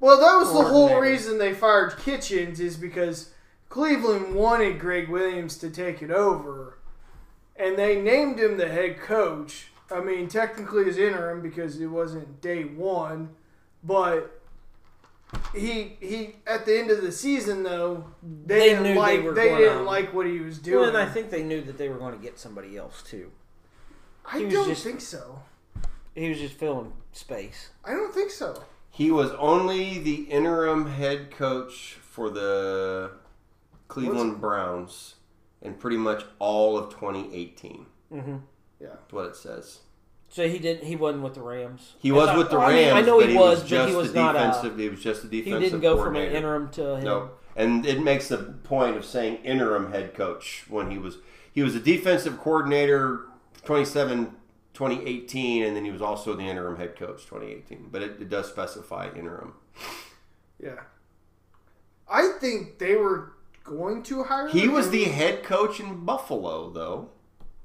S1: Well, that was the whole
S2: Coordinator.
S1: reason they fired Kitchens is because Cleveland wanted Greg Williams to take it over, and they named him the head coach. I mean, technically as interim because it wasn't day one, but he he at the end of the season though they,
S2: They
S1: didn't
S2: knew they
S1: like
S2: were
S1: they
S2: going
S1: didn't
S2: out.
S1: like what he was doing.
S2: Well, and I think they knew that they were going to get somebody else too.
S1: I
S2: he was
S1: don't
S2: just-
S1: think so.
S2: He was just filling space.
S1: I don't think so.
S3: He was only the interim head coach for the Cleveland Browns in pretty much all of 2018.
S2: Mm-hmm.
S1: Yeah.
S3: That's what it says.
S2: So he didn't. He wasn't with the Rams.
S3: He was
S2: I-
S3: with the
S2: I
S3: Rams.
S2: mean, I know
S3: but
S2: he was, but
S3: just
S2: he was
S3: the
S2: not.
S3: defensive.
S2: A,
S3: he was just the
S2: he
S3: defensive.
S2: didn't go from an
S3: coordinator.
S2: interim to him.
S3: No, and it makes a point of saying interim head coach when he was he was a defensive coordinator 27 2018 and then he was also the interim head coach 2018 but it, it does specify interim
S1: Yeah. I think they were going to hire
S3: he
S1: him.
S3: was the head coach in buffalo though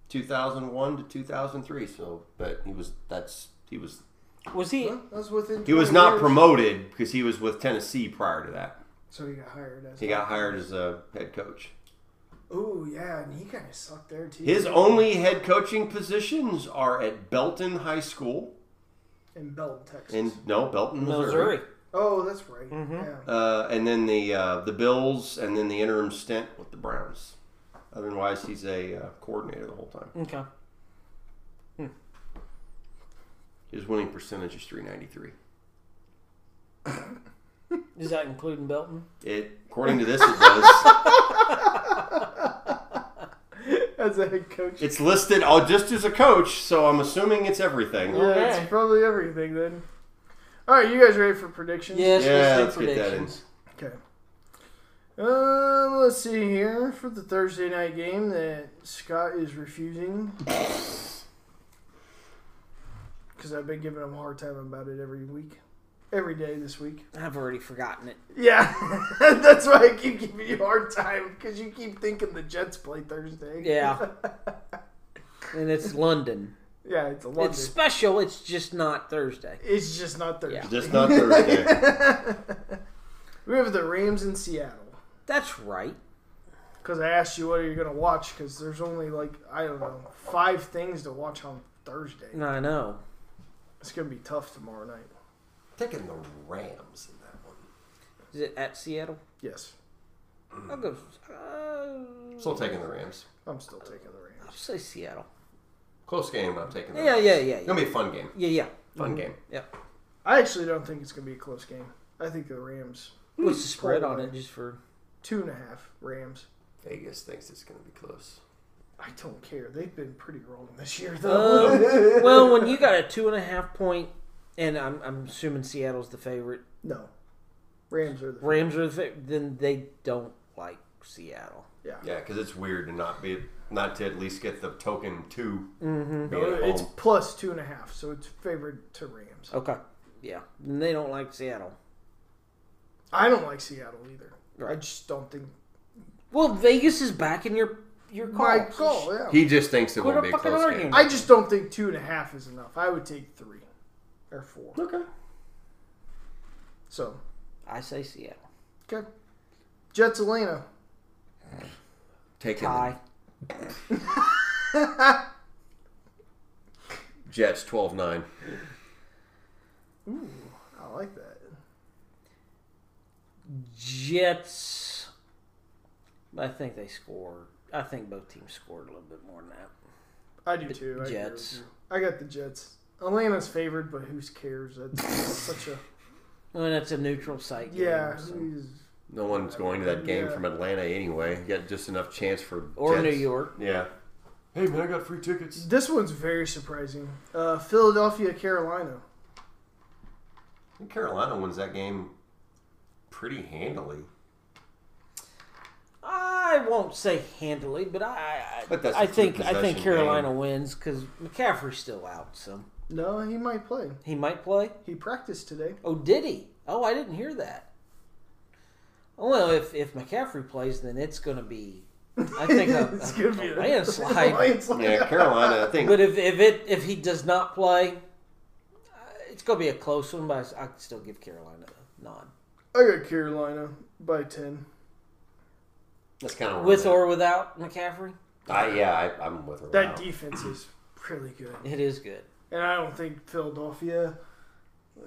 S3: 2001 to 2003 so but he was that's he was
S2: Was he?
S1: Well, That's within
S3: he was
S1: 20
S3: not
S1: years.
S3: promoted because he was with tennessee prior to that
S1: So he got hired as
S3: he got hired as a head coach
S1: Oh yeah, and he kind of sucked there too.
S3: his only head coaching positions are at belton high school
S1: in Belton, Texas.
S3: In no Belton, Missouri.
S2: Missouri.
S1: oh, that's right.
S2: Mm-hmm.
S1: Yeah.
S3: Uh, and then the uh, the Bills, and then the interim stint with the Browns. Otherwise, he's a uh, coordinator the whole time.
S2: Okay.
S3: His winning percentage is three ninety three.
S2: Is that including Belton?
S3: It according to this, it does.
S1: As a head coach.
S3: it's listed all just as a coach, so I'm assuming it's everything.
S1: yeah,
S2: Okay.
S1: it's probably everything then. All right, you guys ready for predictions?
S2: Yes.
S3: Yeah, let's
S2: let's do
S3: get that in.
S2: predictions.
S1: Okay. Um, let's see here for the Thursday night game that Scott is refusing because I've been giving him a hard time about it every week, every day this week.
S2: I've already forgotten it.
S1: Yeah, that's why I keep giving you a hard time because you keep thinking the Jets play Thursday.
S2: Yeah. and it's London.
S1: yeah, it's a London.
S2: It's
S1: It's,
S2: special. It's just not Thursday.
S1: just not Thursday.
S3: Just not Thursday.
S1: We have the Rams in Seattle
S2: That's right.
S1: because I asked you what are you gonna watch because there's only like I don't know five things to watch on Thursday.
S2: I know.
S1: It's gonna be tough tomorrow night.
S3: Taking the Rams in that one.
S2: Is it at Seattle?
S1: Yes,
S2: I'll go. Uh,
S3: Still taking the Rams.
S1: I'm still taking the Rams.
S2: I'll say Seattle.
S3: Close game, but I'm taking. The
S2: Yeah,
S3: Rams.
S2: yeah, yeah,
S3: It's
S2: yeah,
S3: gonna be a fun game.
S2: yeah, yeah. Mm-hmm.
S3: Fun game.
S2: yeah.
S1: I actually don't think it's gonna be a close game. I think the Rams
S2: What's the spread on it? Just for
S1: two and a half Rams.
S3: Vegas thinks it's gonna be close.
S1: I don't care. They've been pretty wrong this year though.
S2: um, well, when you got a two and a half point, and I'm, I'm assuming Seattle's the favorite.
S1: no, Rams are the
S2: Rams are the favorite. Then they don't like Seattle.
S3: Yeah, because it's weird to not be not to at least get the token 2
S2: Mm-hmm.
S3: being at
S1: It's
S3: home.
S1: plus two and a half, so it's favored to Rams.
S2: Okay. Yeah. And they don't like Seattle.
S1: I don't like Seattle either. I
S2: Right.
S1: just don't think
S2: Well, Vegas is back in your your call.
S1: my call. Yeah,
S3: He just thinks it
S2: Quit
S3: won't be a
S2: fucking
S3: close
S2: arguing.
S3: game.
S1: I just don't think two and a half is enough. I would take three or four.
S3: Okay.
S1: So
S2: I say Seattle.
S1: okay, Jets Atlanta.
S3: Taking
S2: Tie.
S3: the Jets 12-9.
S1: I like that.
S2: Jets. I think they scored. I think both teams scored a little bit more than that.
S1: I do too. I agree with
S2: Jets.
S1: you. I got the Jets. Atlanta's favored, but who cares? That's such a
S2: And it's a neutral site. game,
S1: yeah.
S2: so-
S1: who's-
S3: No one's going to that game
S1: Yeah.
S3: from Atlanta anyway. You got just enough chance for
S2: Or
S3: Jets.
S2: New York.
S3: Yeah. Hey man, I got free tickets.
S1: This one's very surprising. Uh, Philadelphia, Carolina.
S3: I think Carolina wins that game pretty handily.
S2: I won't say handily, but I I,
S3: But that's a
S2: I think I think
S3: two-possession
S2: Carolina wins 'cause wins because McCaffrey's still out, so
S1: No, he might play.
S2: he might play.
S1: He practiced today.
S2: Oh, did he? Oh, I didn't hear that. Well, if if McCaffrey plays, then it's going to be I think a,
S1: It's
S2: a-
S1: gonna be
S2: a
S1: a-
S2: landslide.
S1: Landslide.
S3: Yeah, Carolina, I think
S2: But if if it if he does not play, uh, it's going to be a close one. But I could still give Carolina a nod
S1: I got Carolina by ten.
S3: that's kind of
S2: with or without McCaffrey.
S3: I, yeah, I, I'm with her.
S1: That
S3: now.
S1: defense is really good,
S2: It is good.
S1: and I don't think Philadelphia. uh,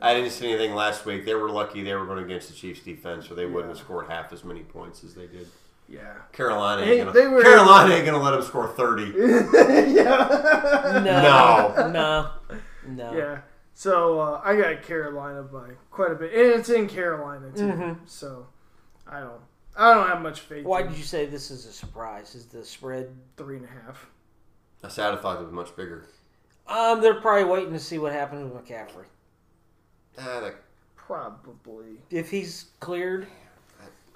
S3: I didn't see anything last week. They were lucky they were going against the Chiefs defense, so they wouldn't have scored half as many points as they did.
S1: yeah,
S3: Carolina
S1: Hey,
S3: ain't gonna,
S1: they were-
S3: Carolina ain't gonna let him score thirty.
S1: yeah,
S2: No, no, no.
S1: yeah. So uh, I got Carolina by quite a bit, and it's in Carolina too. So I don't, I don't have much faith.
S2: Why
S1: in
S2: did you say this is a surprise? Is the spread?
S1: three and a half?
S3: I said I thought it was much bigger.
S2: Um, they're probably waiting to see what happens with McCaffrey.
S3: Ah, that,
S1: Probably.
S2: If he's cleared,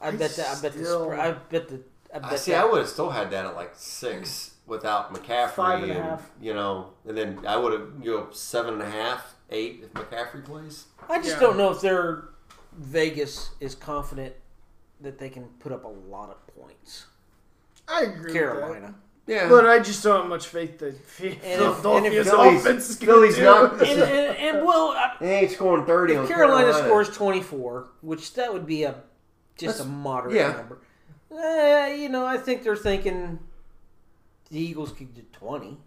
S2: I,
S1: I
S2: bet that. I bet the.
S1: still-
S2: Spr- I bet the. I bet
S3: I see.
S2: that-
S3: I would have still had that at like six without McCaffrey.
S1: Five and a half.
S3: You know, and then I would have you know seven and a half, eight if McCaffrey plays.
S2: I just
S1: Yeah.
S2: don't know if they're Vegas is confident that they can put up a lot of points.
S1: I agree. Carolina.
S2: Carolina.
S3: Yeah,
S1: But I just don't have much faith that
S2: if-
S1: Philadelphia's
S2: and if
S3: Philly's-
S1: offense is gonna
S3: Philly's
S1: do
S3: not-
S1: it.
S2: and, and, and well, I,
S3: they ain't scoring thirty.
S2: if
S3: on
S2: Carolina, scores twenty four, which that would be a just a
S3: That's-
S2: moderate
S3: yeah.
S2: number. Eh, you know, I think they're thinking the Eagles could do twenty.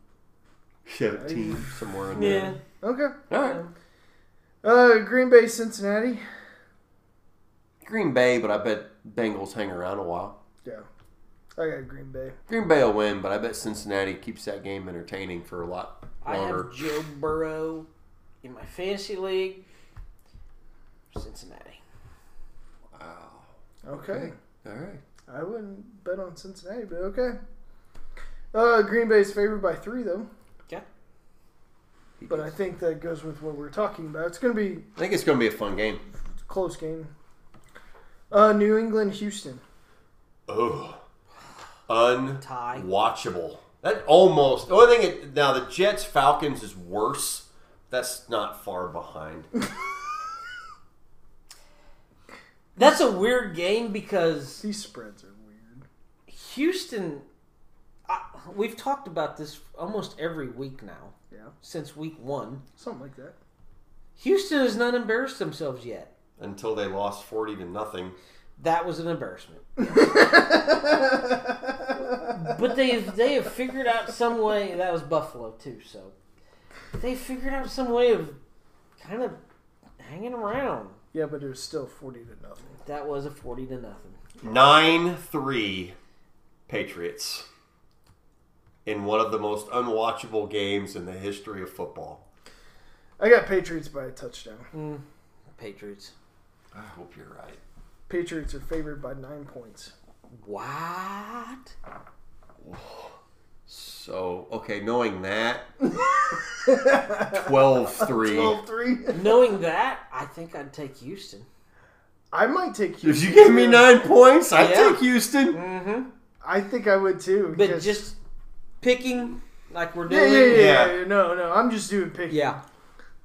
S3: seventeen somewhere in
S2: Yeah,
S3: there.
S1: Okay.
S3: All right,
S1: Uh, Green Bay, Cincinnati.
S3: Green Bay, but I bet Bengals hang around a while.
S1: Yeah. I got Green Bay.
S3: Green Bay will win, but I bet Cincinnati keeps that game entertaining for a lot
S2: I
S3: longer.
S2: have Joe Burrow in my fantasy league. Cincinnati.
S3: Wow.
S1: Okay.
S3: All right.
S1: I wouldn't bet on Cincinnati, but okay. Uh, Green Bay's favored by three, though.
S2: Okay.
S1: But I think that goes with what we're talking about. It's going to be
S3: I think it's going to be a fun game.
S1: a close game. Uh, New England, Houston.
S3: Oh, un.
S2: Tie.
S3: watchable. That almost. The only thing it, now the Jets Falcons is worse. That's not far behind.
S2: That's a weird game because
S1: These spreads are weird.
S2: Houston, I, we've talked about this almost every week now
S1: Yeah,
S2: since week one.
S1: something like that.
S2: Houston has not embarrassed themselves yet.
S3: Until they lost forty to nothing.
S2: That was an embarrassment. but they have, they have figured out some way. That was Buffalo too. So they figured out some way of kind of hanging around.
S1: Yeah, but it was still 40 to nothing.
S2: That was a forty to nothing.
S3: Nine three, Patriots. In one of the most unwatchable games in the history of football.
S1: I got Patriots by a touchdown.
S2: Patriots.
S3: I hope you're right.
S1: Patriots are favored by nine points.
S2: What?
S3: So okay, knowing that. 12-3.
S1: 12 3.
S2: Knowing that, I think I'd take Houston.
S1: I might take Houston.
S3: If you give me nine points, I
S2: Yeah.
S3: take Houston.
S2: Mm-hmm.
S1: I think I would too.
S2: But
S1: because-
S2: just picking like we're
S1: Yeah,
S2: doing.
S1: yeah, yeah,
S3: Yeah.
S1: yeah, yeah. No, no. I'm just doing pick.
S2: Yeah.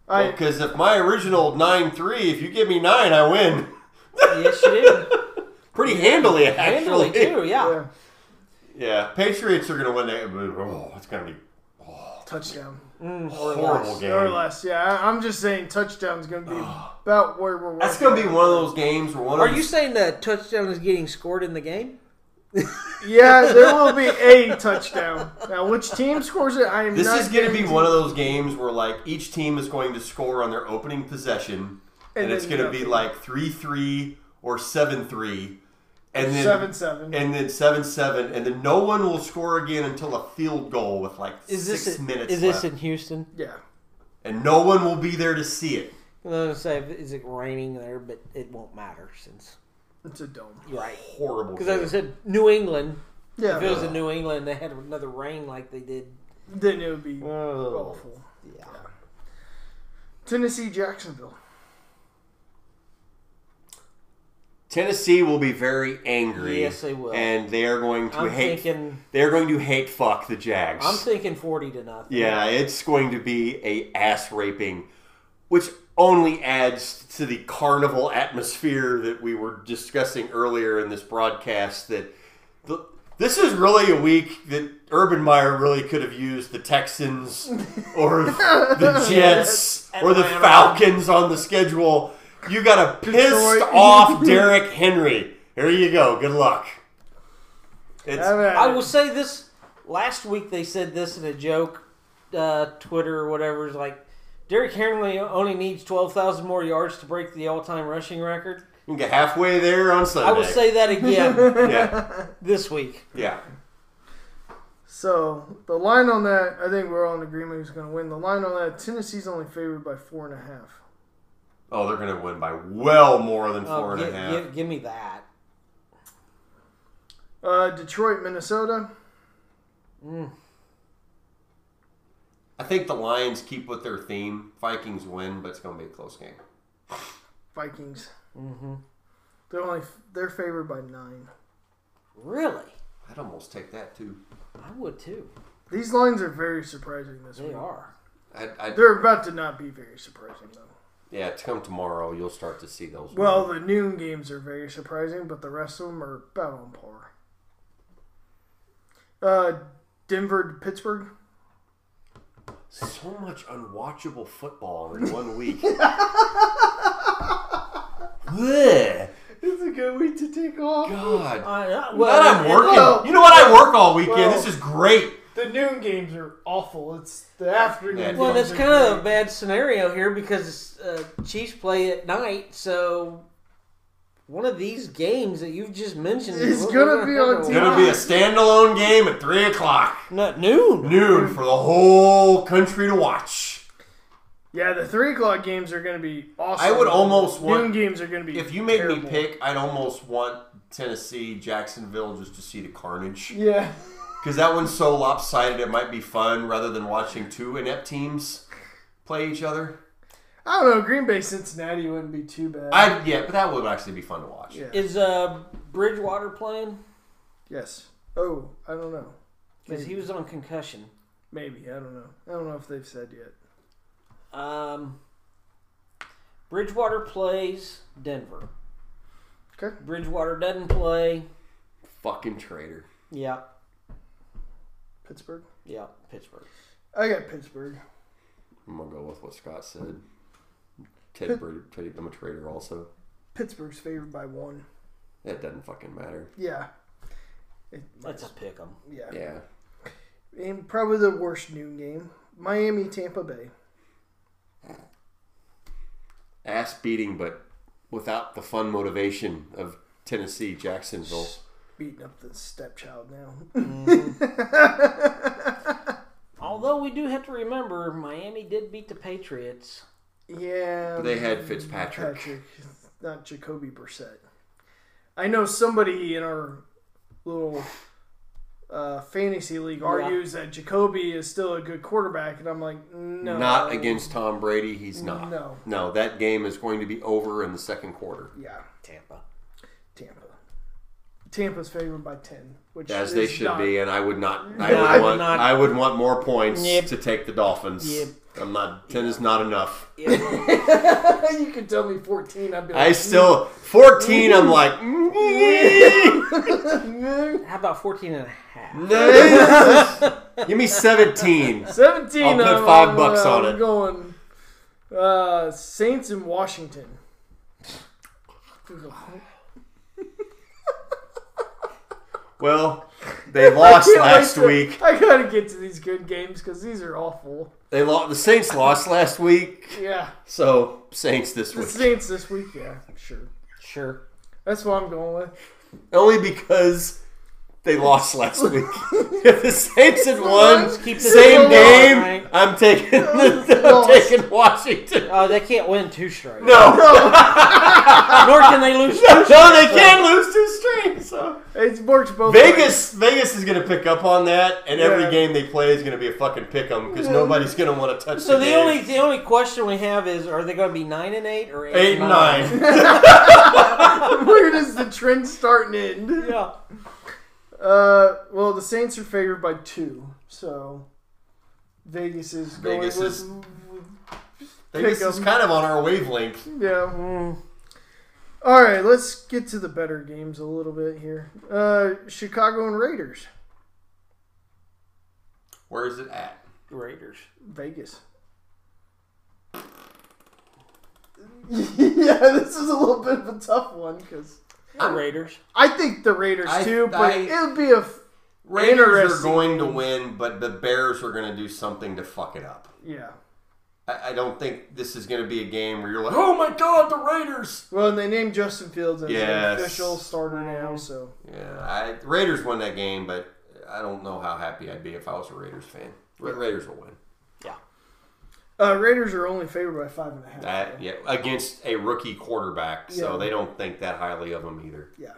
S1: I,
S3: Because if my original 9 3, if you give me 9, I win.
S2: Yes, you did.
S3: Pretty handily, actually.
S2: Handily too. Yeah.
S1: yeah.
S3: Yeah, Patriots are going to win that. Oh, it's going to be oh,
S1: Touchdown.
S2: Mm, or
S3: horrible
S2: less.
S3: game.
S1: Or less. Yeah, I- I'm just saying touchdown's going to be about where we're
S3: Oh. That's
S1: working.
S3: going to be one of those games where one
S2: Are
S3: of
S2: you
S3: these,
S2: saying that touchdown is getting scored in the game?
S1: Yeah, there will be a touchdown. Now, which team scores it? I am
S3: This
S1: not
S3: is going to be
S1: guaranteed.
S3: one of those games where like each team is going to score on their opening possession, and,
S1: And
S3: it's
S1: then
S3: going to be
S1: nothing.
S3: like 3 3 or 7 3. And then
S1: 7 7.
S3: and then seven seven, and then no one will score again until a field goal with like
S2: Is
S3: six
S2: this in-
S3: minutes
S2: is
S3: left,
S2: this in Houston?
S1: yeah.
S3: and no one will be there to see it.
S2: I was gonna say, is it raining there? But it won't matter since
S1: It's a dome.
S2: right.
S3: Horrible.
S2: Because as I
S3: game.
S2: said, New England.
S1: Yeah.
S2: If it was in New England, they had another rain like they did.
S1: then it would be
S2: Oh,
S1: awful.
S2: yeah.
S1: Tennessee, Jacksonville.
S3: Tennessee will be very angry.
S2: Yes, they will.
S3: And they are going to
S2: I'm
S3: hate.
S2: thinking.
S3: They are going to hate fuck the Jags.
S2: I'm thinking forty to nothing.
S3: yeah, it's going to be a ass raping, which only adds to the carnival atmosphere that we were discussing earlier in this broadcast. That the, this is really a week that Urban Meyer really could have used the Texans or the Jets or the
S2: Atlanta.
S3: Falcons on the schedule. You got a pissed
S1: Detroit.
S3: off Derek Henry. Here you go. Good luck. It's,
S1: Have at
S2: I
S1: it.
S2: will say this. Last week they said this in a joke, uh, Twitter or whatever. Is like, Derrick Henry only needs twelve thousand more yards to break the all-time rushing record.
S3: You can get halfway there on Sunday.
S2: I will say that again
S3: yeah,
S2: this week.
S3: yeah.
S1: So the line on that, I think we're all in agreement who's going to win. The line on that, Tennessee's only favored by four and a half.
S3: Oh, they're going to win by well more than
S2: Oh,
S3: four and a
S2: gi-
S3: half.
S2: gi- give me that.
S1: Uh, Detroit, Minnesota.
S3: I think the Lions keep with their theme. Vikings win, but it's going to be a close game.
S1: Vikings.
S2: Mm-hmm.
S1: They're only they're favored by nine.
S2: Really?
S3: I'd almost take that too.
S2: I would too.
S1: These lines are very surprising this
S2: They
S1: week.
S2: are.
S3: I'd, I'd,
S1: They're about to not be very surprising though.
S3: yeah, to come tomorrow, you'll start to see those.
S1: Well, the noon games are very surprising, but the rest of them are about on par. Uh, Denver to Pittsburgh.
S3: so much unwatchable football in one week. Bleh.
S1: It's a good week to take off.
S3: God.
S2: I uh, know.
S3: Glad I'm
S2: and-
S3: working.
S1: well-
S3: you know what? I work all weekend.
S1: well-
S3: this is great.
S1: The noon games are awful. It's the afternoon.
S3: Yeah.
S2: Well,
S1: games
S2: that's
S1: are
S2: kind of a
S1: great.
S2: bad scenario here because uh, Chiefs play at night, so one of these games that you've just mentioned
S1: It's
S2: we're-
S1: gonna
S2: we're
S1: be
S2: have
S1: on
S2: to
S1: TV.
S3: Gonna
S2: watch.
S3: be a standalone game at three o'clock
S2: Not noon.
S3: noon for the whole country to watch.
S1: yeah. The three o'clock games are going to be awesome.
S3: I would almost
S1: noon
S3: want-
S1: games are going to be.
S3: If you made me
S1: terrible.
S3: pick, I'd almost want Tennessee, Jacksonville, just to see the carnage.
S1: yeah.
S3: Because that one's so lopsided, it might be fun rather than watching two inept teams play each other.
S1: I don't know. Green Bay Cincinnati wouldn't be too bad.
S3: I yeah, but that would actually be fun to watch.
S1: yeah.
S2: Is uh, Bridgewater playing?
S1: yes. Oh, I don't know.
S2: Because he was on concussion.
S1: Maybe I don't know. I don't know if they've said yet.
S2: Um, Bridgewater plays Denver.
S1: Okay.
S2: Bridgewater doesn't play.
S3: Fucking traitor.
S2: Yeah,
S1: Pittsburgh.
S2: yeah, Pittsburgh.
S1: I got Pittsburgh.
S3: I'm gonna go with what Scott said. Ted Brady, Teddy, I'm a traitor also.
S1: Pittsburgh's favored by one.
S3: That doesn't fucking matter.
S1: Yeah. It,
S2: Let's just pick them.
S1: yeah.
S3: Yeah.
S1: And probably the worst noon game. Miami Tampa Bay.
S3: Ass beating, but without the fun motivation of Tennessee, Jacksonville.
S1: Beating up the stepchild now.
S2: Although we do have to remember, Miami did beat the Patriots.
S1: yeah.
S3: They had Fitzpatrick.
S1: Patrick, not Jacoby Brissett. I know somebody in our little uh, fantasy league argues that Jacoby is still a good quarterback, and I'm like, no.
S3: Not against Tom Brady, he's not.
S1: No.
S3: No, that game is going to be over in the second quarter.
S1: Yeah.
S2: Tampa.
S1: Tampa. Tampa's favored by ten, which
S3: As
S1: is
S3: they should
S1: not-
S3: be, and I would not. I
S2: No, I
S3: would
S2: would
S3: want.
S2: not.
S3: I would want more points
S2: Yep.
S3: to take the Dolphins.
S2: Yep.
S3: I'm not. Ten is not enough.
S1: you could tell me fourteen, I'd be like,
S3: I still fourteen. I'm like. "Mm-hmm."
S2: How about 14 and a half?
S3: Give me seventeen.
S1: 17
S3: I'll put
S1: I'm-
S3: five
S1: I'm-
S3: bucks on
S1: I'm
S3: it.
S1: Going uh, Saints in Washington.
S3: Well, they lost
S1: Can't wait
S3: last
S1: to-
S3: week.
S1: I gotta get to these good games because these are awful.
S3: They lost. The Saints lost last week.
S1: Yeah,
S3: So Saints this
S1: the
S3: week.
S1: Saints this week. Yeah, sure.
S2: Sure.
S1: That's what I'm going with.
S3: Only because they lost last week. if the Saints had won,
S1: Let's
S2: keep this
S3: same
S2: going,
S3: game,
S2: right?
S3: I'm taking. I'm
S1: lost.
S3: taking Washington.
S2: Oh, they can't win two straight.
S3: No,
S2: Nor can they lose
S3: no, they can lose two straight. So
S1: It's worked both. ways.
S3: Vegas, Vegas is going to pick up on that, and every
S1: Yeah.
S3: game they play is going to be a fucking pick 'em because nobody's going to want to touch.
S2: So the
S3: game.
S2: only the only question we have is: Are they going to be nine and eight or eight,
S3: eight
S2: and
S3: and nine.
S1: Where does the trend start and end?
S2: Yeah.
S1: Uh, well, the Saints are favored by two, so Vegas is going
S3: Vegas
S1: with
S3: is- Vegas
S1: Pick 'em.
S3: is kind of on our wavelength.
S1: yeah. All right, let's get to the better games a little bit here. Uh, Chicago and Raiders,
S3: Where is it at?
S2: Raiders.
S1: Vegas. yeah, this is a little bit of a tough one because
S2: The Raiders.
S1: I think the Raiders
S3: I-
S1: too, but
S3: I-
S1: it'll be a f-
S3: Raiders are
S1: Interesting.
S3: going to win, but the Bears are going to do something to fuck it up.
S1: yeah.
S3: I, I don't think this is going to be a game where you're like, oh my god, the Raiders.
S1: Well, and they named Justin Fields as
S3: Yes.
S1: the official starter now, so
S3: Yeah, I, the Raiders won that game, but I don't know how happy I'd be if I was a Raiders fan. Ra- Raiders will win.
S2: Yeah.
S1: uh, Raiders are only favored by five and a half.
S3: That- yeah, against a rookie quarterback, so
S1: Yeah.
S3: they don't think that highly of him either.
S1: Yeah.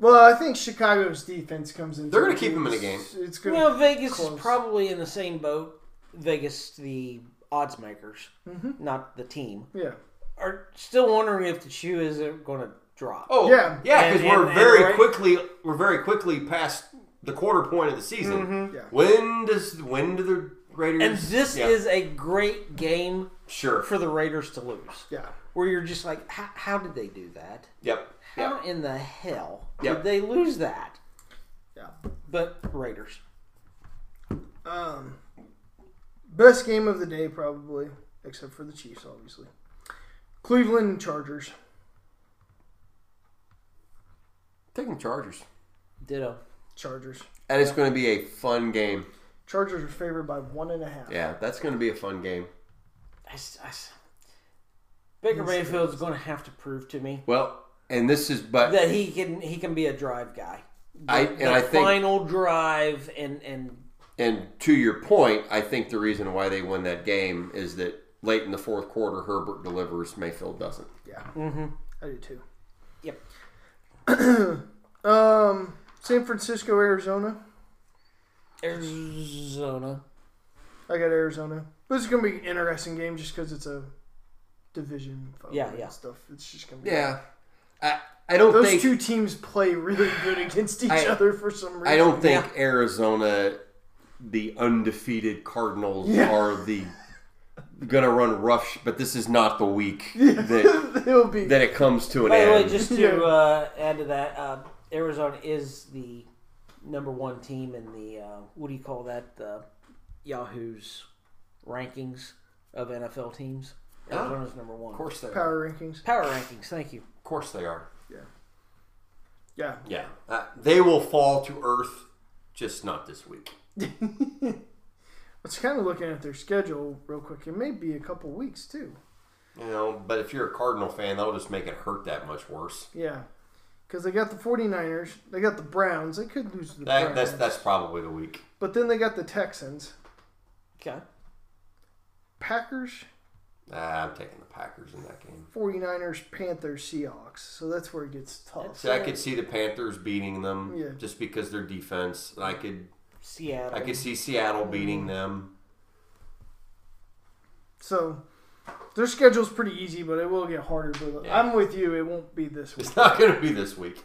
S1: Well, I think Chicago's defense comes in.
S3: They're gonna keep 'em in the game.
S1: It's
S2: You
S1: going.
S2: know, Vegas
S1: Close.
S2: is probably in the same boat. Vegas, the odds makers,
S3: Mm-hmm.
S1: Mhm.
S2: not the team,
S1: Yeah.
S2: are still wondering if the shoe is going to drop.
S3: Oh
S1: Yeah.
S3: yeah, yeah, because
S2: And-
S3: we're
S2: and- and
S3: very
S2: right-
S3: quickly we're very quickly past the quarter point of the season.
S1: Yeah.
S3: When does when do the Raiders?
S2: Mm-hmm. and this
S3: yeah,
S2: is a great game
S3: sure.
S2: for the Raiders to lose,
S1: Yeah.
S2: where you're just like, how how did they do that?
S3: Yep.
S2: How
S3: Yep.
S2: in the hell
S3: Yeah.
S2: did they lose that?
S1: Yeah.
S2: But Raiders.
S1: Um, best game of the day probably, except for the Chiefs, obviously. Cleveland Chargers.
S3: Taking Chargers,
S2: Ditto.
S1: Chargers.
S3: and it's going to be a fun game.
S1: Chargers are favored by one and a half.
S3: Yeah, that's going to be a fun game.
S2: I s- I s- Baker Mayfield's going to have to prove to me
S3: Well, and this is but
S2: that he can he can be a drive guy.
S3: I and
S2: the
S3: I think
S2: final drive and and
S3: and to your point, I think the reason why they won that game is that late in the fourth quarter, Herbert delivers, Mayfield doesn't.
S1: Yeah.
S3: Mm-hmm.
S1: I do too.
S2: Yep.
S1: Um, San Francisco, Arizona.
S2: Arizona.
S1: I got Arizona. This is gonna be an interesting game just because it's a division. fight
S2: Yeah,
S1: and
S2: yeah.
S1: Stuff. It's just gonna be.
S3: Yeah, I I don't
S1: Those
S3: think
S1: two teams play really good against each
S3: I-
S1: other for some reason.
S3: I don't think Arizona, the undefeated Cardinals,
S1: Yeah.
S3: are the gonna run rush. But this is not the week that
S1: It'll be.
S3: that it comes to an
S2: By the
S3: end.
S2: way, just to
S1: Yeah.
S2: uh, add to that, uh, Arizona is the number one team in the uh, what do you call that? The Yahoo's rankings of NFL teams.
S3: Ah.
S2: Arizona's number one.
S3: of course they are.
S1: Power rankings.
S2: Power rankings. Thank you.
S3: Of course they are.
S1: Yeah.
S3: Yeah, uh, they will fall to earth, just not this week.
S1: I was kind of looking at their schedule real quick. It may be a couple weeks too.
S3: You know, but if you're a Cardinal fan, that'll just make it hurt that much worse.
S1: Yeah. Because they got the 49ers. They got the Browns. They could lose to the
S3: That,
S1: Browns.
S3: that's that's probably the week.
S1: But then they got the Texans.
S2: Okay.
S1: Packers,
S3: Nah, I'm taking the Packers in that game.
S1: 49ers, Panthers, Seahawks. So that's where it gets tough.
S3: See, I could see the Panthers beating them
S1: Yeah.
S3: just because their defense. And I could
S2: Seattle.
S3: I could see
S2: Mm.
S3: Seattle beating them.
S1: So their schedule's pretty easy, but it will get harder. But
S3: Yeah.
S1: I'm with you. It won't be this week.
S3: It's not going to be this week.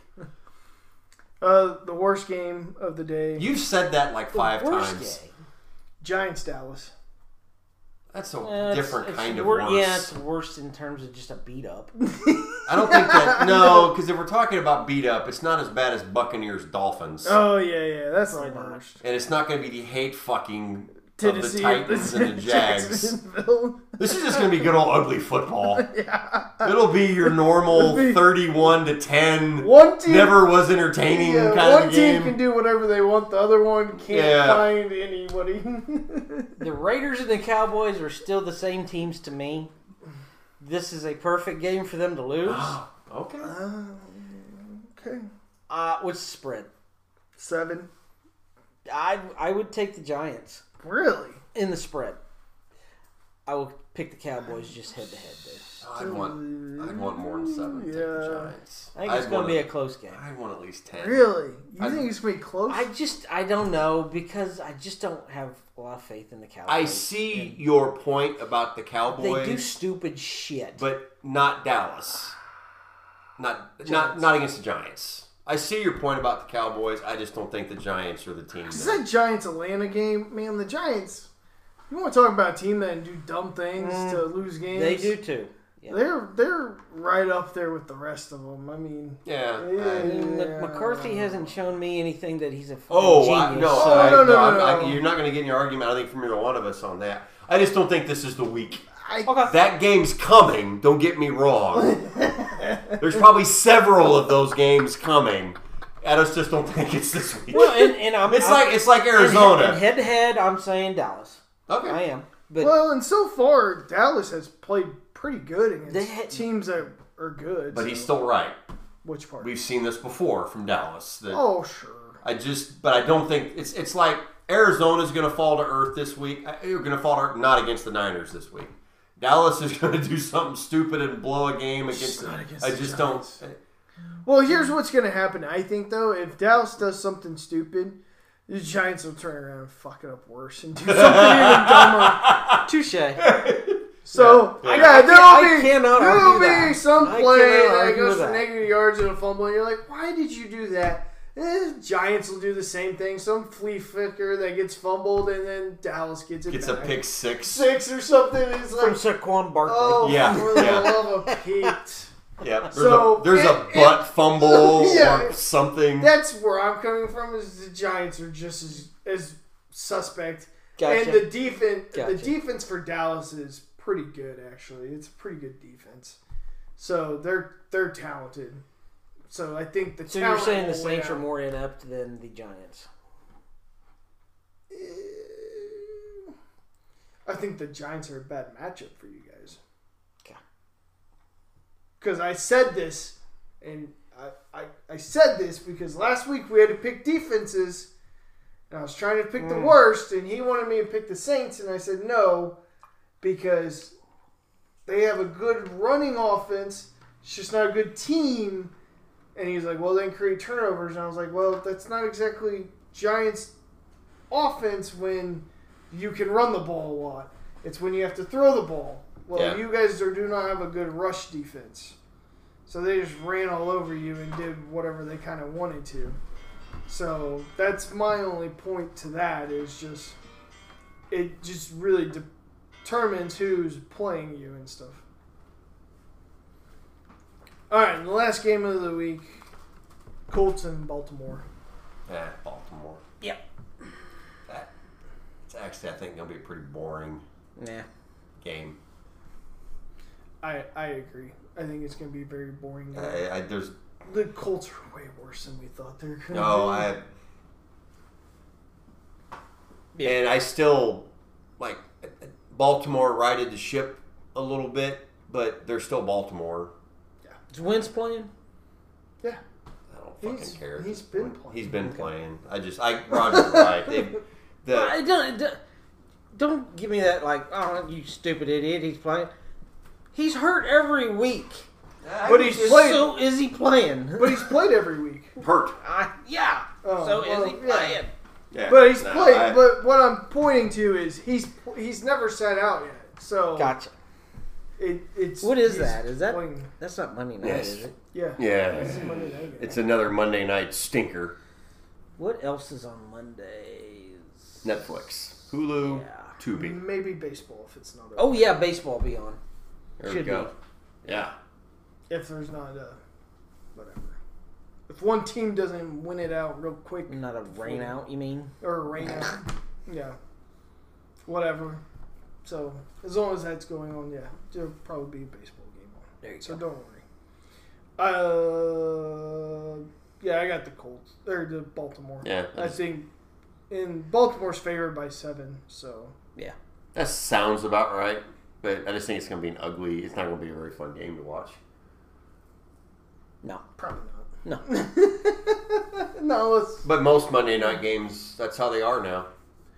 S1: Uh, the worst game of the day
S3: You've said that like five
S2: Worst
S3: times.
S2: game.
S1: Giants, Dallas.
S3: That's a
S2: Uh, it's-
S3: different
S2: it's
S3: kind of
S2: wor-
S3: worse.
S2: Yeah, it's worse in terms of just a beat up.
S3: I don't think that. No, because if we're talking about beat up, it's not as bad as Buccaneers Dolphins,
S1: Oh, yeah, yeah. That's the
S2: Probably not.
S1: worst.
S3: and it's not going to be the hate fucking of the
S1: Tennessee,
S3: Titans and the Jags.
S1: Jacksonville.
S3: This is just going to be good old ugly football. It'll be your normal thirty-one to ten.
S1: One team
S3: Never was entertaining
S1: Yeah,
S3: kind
S1: one
S3: of
S1: team
S3: game.
S1: can do whatever they want. The other one can't
S3: Yeah.
S1: find anybody.
S2: The Raiders and the Cowboys are still the same teams to me. This is a perfect game for them to lose.
S3: okay.
S1: Um, okay,
S2: Uh, what's the spread?
S1: seven.
S2: I I would take the Giants
S1: Really?
S2: in the spread. I will pick the Cowboys just head to head there.
S3: I'd want. I'd want more than seven. Take the
S1: Yeah.
S3: Giants.
S2: I think it's
S3: I'd
S2: going
S3: want
S2: to be
S3: a-
S2: a close game.
S3: I'd want at least ten.
S1: Really? You
S3: I-
S1: think it's gonna be close?
S2: I just I don't know because I just don't have a lot of faith in the Cowboys.
S3: I see your point about the
S2: They
S3: Cowboys,
S2: do stupid shit.
S3: but not Dallas. Not not not against the Giants. I see your point about the Cowboys. I just don't think the Giants are the team.
S1: Is
S3: that-
S1: that Giants Atlanta game? Man, the Giants. You want to talk about a team that do dumb things
S3: Mm.
S1: to lose games?
S2: they do too. Yeah.
S1: They're they're right up there with the rest of them. I mean,
S3: yeah.
S2: I
S3: I-
S2: mean, Mc- McCarthy hasn't shown me anything that he's a fucking
S3: oh I,
S2: genius.
S3: no,
S2: so-
S3: I,
S1: no, no,
S3: no,
S1: no,
S3: I'm-
S1: no.
S3: I- You're not going to get any argument. I think from either one of us on that. I just don't think this is the week.
S1: I
S2: Okay.
S3: That game's coming. Don't get me wrong. There's probably several of those games coming. I just just don't think it's this week.
S2: Well, and, and I'm,
S3: It's
S2: I'm-
S3: like it's like
S2: and
S3: Arizona.
S2: Head to head, I'm saying Dallas.
S3: Okay.
S2: I am, but
S1: well, and so far Dallas has played pretty good against
S2: They had-
S1: teams that are good.
S3: But
S1: so-
S3: he's still right.
S1: which part?
S3: We've seen this before from Dallas. That
S1: Oh sure.
S3: I just, but I don't think it's it's like Arizona's going to fall to earth this week. Uh, You're going to fall to earth, not against the Niners this week. Dallas is going to do something stupid and blow a game against.
S1: not against
S3: I
S1: the
S3: just
S1: Giants.
S3: don't.
S1: Well, here's what's going to happen. I think though, if Dallas does something stupid, The Giants will turn around and fuck it up worse and do something even dumber.
S2: Touche.
S1: So
S3: Yeah,
S1: yeah,
S3: yeah.
S1: there'll
S2: I
S1: be
S2: cannot
S1: there'll
S2: argue
S1: be
S2: that.
S1: some
S2: I
S1: play
S2: cannot
S1: that
S2: argue
S1: goes for
S2: that.
S1: negative yards and a fumble. And you're like, why did you do that? Eh, Giants will do the same thing. Some flea flicker that gets fumbled and then Dallas gets it
S3: Gets a
S1: back.
S3: pick six.
S1: six or something. It's
S2: From
S1: like,
S2: Saquon Barkley.
S1: oh,
S3: Yeah,
S1: for the
S3: yeah.
S1: love of Pete.
S3: Yep. There's
S1: So,
S3: a there's a
S1: it- it-
S3: butt fumble
S1: Yeah.
S3: or
S2: Mm-hmm.
S3: something.
S1: That's where I'm coming from. Is the Giants are just as as suspect,
S2: Gotcha.
S1: and the defense
S2: Gotcha.
S1: the defense for Dallas is pretty good actually. It's a pretty good defense, so they're they're talented. So I think the
S2: so you're
S1: talent
S2: saying the
S1: will win
S2: Saints are
S1: out.
S2: more inept than the Giants?
S1: I think the Giants are a bad matchup for you guys.
S2: Okay.
S1: Because I said this, and I, I, I said this because last week we had to pick defenses, and I was trying to pick the worst, and he wanted me to pick the Saints, and I said no, because they have a good running offense, it's just not a good team. And he was like, well, then create turnovers. And I was like, well, that's not exactly Giants' offense when you can run the ball a lot. It's when you have to throw the ball. Well,
S3: Yeah.
S1: you guys are, do not have a good rush defense. So they just ran all over you and did whatever they kind of wanted to. So that's my only point to that is just it just really de- determines who's playing you and stuff. All right, and the last game of the week, Colts and Baltimore.
S3: Ah, Baltimore.
S2: Yep.
S3: That it's actually I think gonna be a pretty boring
S2: Yeah.
S3: game.
S1: I I agree. I think it's going to be a very boring. game.
S3: I, I, there's
S1: The Colts are way worse than we thought they were going to
S3: no
S1: be.
S3: Oh, I
S1: Mm-hmm.
S2: Yeah.
S3: and I still like Baltimore righted the ship a little bit, but they're still Baltimore.
S2: Is Wentz playing?
S1: yeah,
S3: I don't fucking
S1: he's,
S3: care.
S1: he's been playing.
S3: He's been playing. I just I Roger's right. They,
S2: Well,
S3: the,
S2: I don't, don't- don't give me that, like, oh, you stupid idiot, he's playing. He's hurt every week.
S1: But he's
S2: Is-
S1: playing.
S2: So is he playing?
S1: but he's played every week.
S3: hurt.
S2: I- yeah.
S1: Oh,
S2: so
S1: well,
S2: is he
S1: yeah.
S2: playing?
S3: Yeah,
S1: But he's
S3: no,
S1: played.
S3: I-
S1: but what I'm pointing to is he's he's never sat out yet. So
S2: Gotcha.
S1: it, it's
S2: What is
S1: he's
S2: that? Is that-
S1: playing.
S2: That's not Monday night,
S3: Yes.
S2: is it?
S1: yeah
S3: yeah,
S1: It's Monday night game.
S3: it's another Monday night stinker.
S2: What else is on Mondays?
S3: Netflix, Hulu,
S2: Yeah.
S3: Tubi.
S1: Maybe baseball if it's not. A,
S2: Oh yeah, baseball be on.
S3: There we
S2: Should
S3: go. Yeah,
S1: If there's not a whatever. If one team doesn't win it out real quick
S2: Not a rain out, you mean?
S1: or a rain out, yeah, whatever. So as long as that's going on, yeah, there'll probably be a baseball game on.
S2: There you
S1: So
S2: go.
S1: don't worry. Uh, yeah, I got the Colts or the Baltimore.
S3: yeah.
S1: I think in Baltimore's favored by seven. So
S2: Yeah.
S3: That sounds about right, but I just think it's going to be an ugly. It's not going to be a very fun game to watch.
S2: No.
S1: probably not.
S2: No.
S1: No, it's
S3: But most Monday night games, that's how they are now.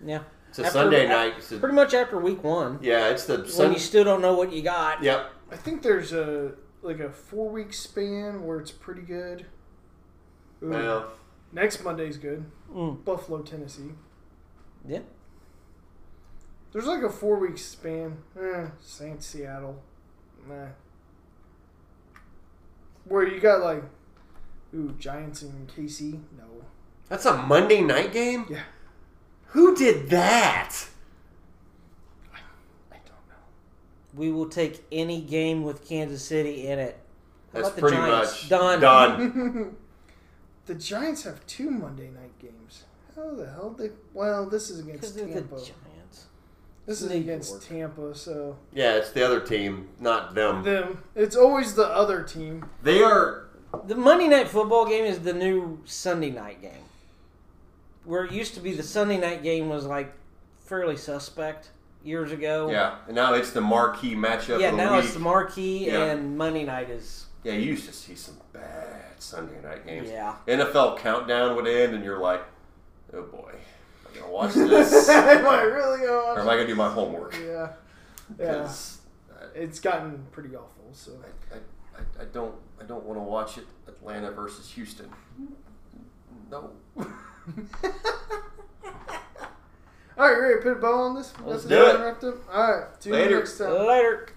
S2: Yeah.
S3: It's a
S2: After-
S3: Sunday
S2: a-
S3: night. It's a,
S2: Pretty much after week one,
S3: yeah, it's the
S2: when
S3: Sun.
S2: you still don't know what you got.
S3: Yep.
S1: I think there's a like a four week span where it's pretty good. Ooh.
S3: Well,
S1: Next Monday's good.
S2: Mm.
S1: Buffalo, Tennessee.
S2: Yeah.
S1: There's like a four week span. Eh, Saints, Seattle. Nah. Where you got like, ooh, Giants and KC. No.
S3: that's a Monday night game.
S1: Yeah.
S3: Who did that?
S1: I don't
S2: We will take any game with Kansas City in it. How
S3: That's
S2: about the
S3: pretty
S2: Giants?
S3: much
S2: Done.
S3: Done.
S1: know. the Giants have two Monday night games. How the hell they? Well, this is
S2: Because
S1: against
S2: they're the
S1: Tampa.
S2: Giants.
S1: This is
S2: New
S1: against
S2: York.
S1: Tampa, so
S3: Yeah, it's the other team, not them.
S1: them. It's always the other team.
S3: They are.
S2: The Monday night football game is the new Sunday night game. Where it used to be the Sunday night game was like fairly suspect years ago.
S3: Yeah, and now it's the marquee matchup.
S2: Yeah,
S3: of the
S2: now
S3: week.
S2: it's the marquee
S3: Yeah.
S2: and Monday night is
S3: Yeah, you used to see some bad Sunday night games.
S2: yeah.
S3: NFL countdown would end, and you're like, oh boy, am I gonna watch this? or
S1: Am I really gonna watch
S3: am I gonna do my homework?
S1: Yeah. Yeah.
S3: 'Cause
S1: It's gotten pretty awful, so
S3: I, I, I don't I don't want to watch it. Atlanta versus Houston. No.
S1: ready to put a bow on this?
S2: Let's
S1: That's
S3: do
S1: it.
S3: it.
S1: Wrapped up? All right. See you
S3: Later.
S1: next time.
S2: Later.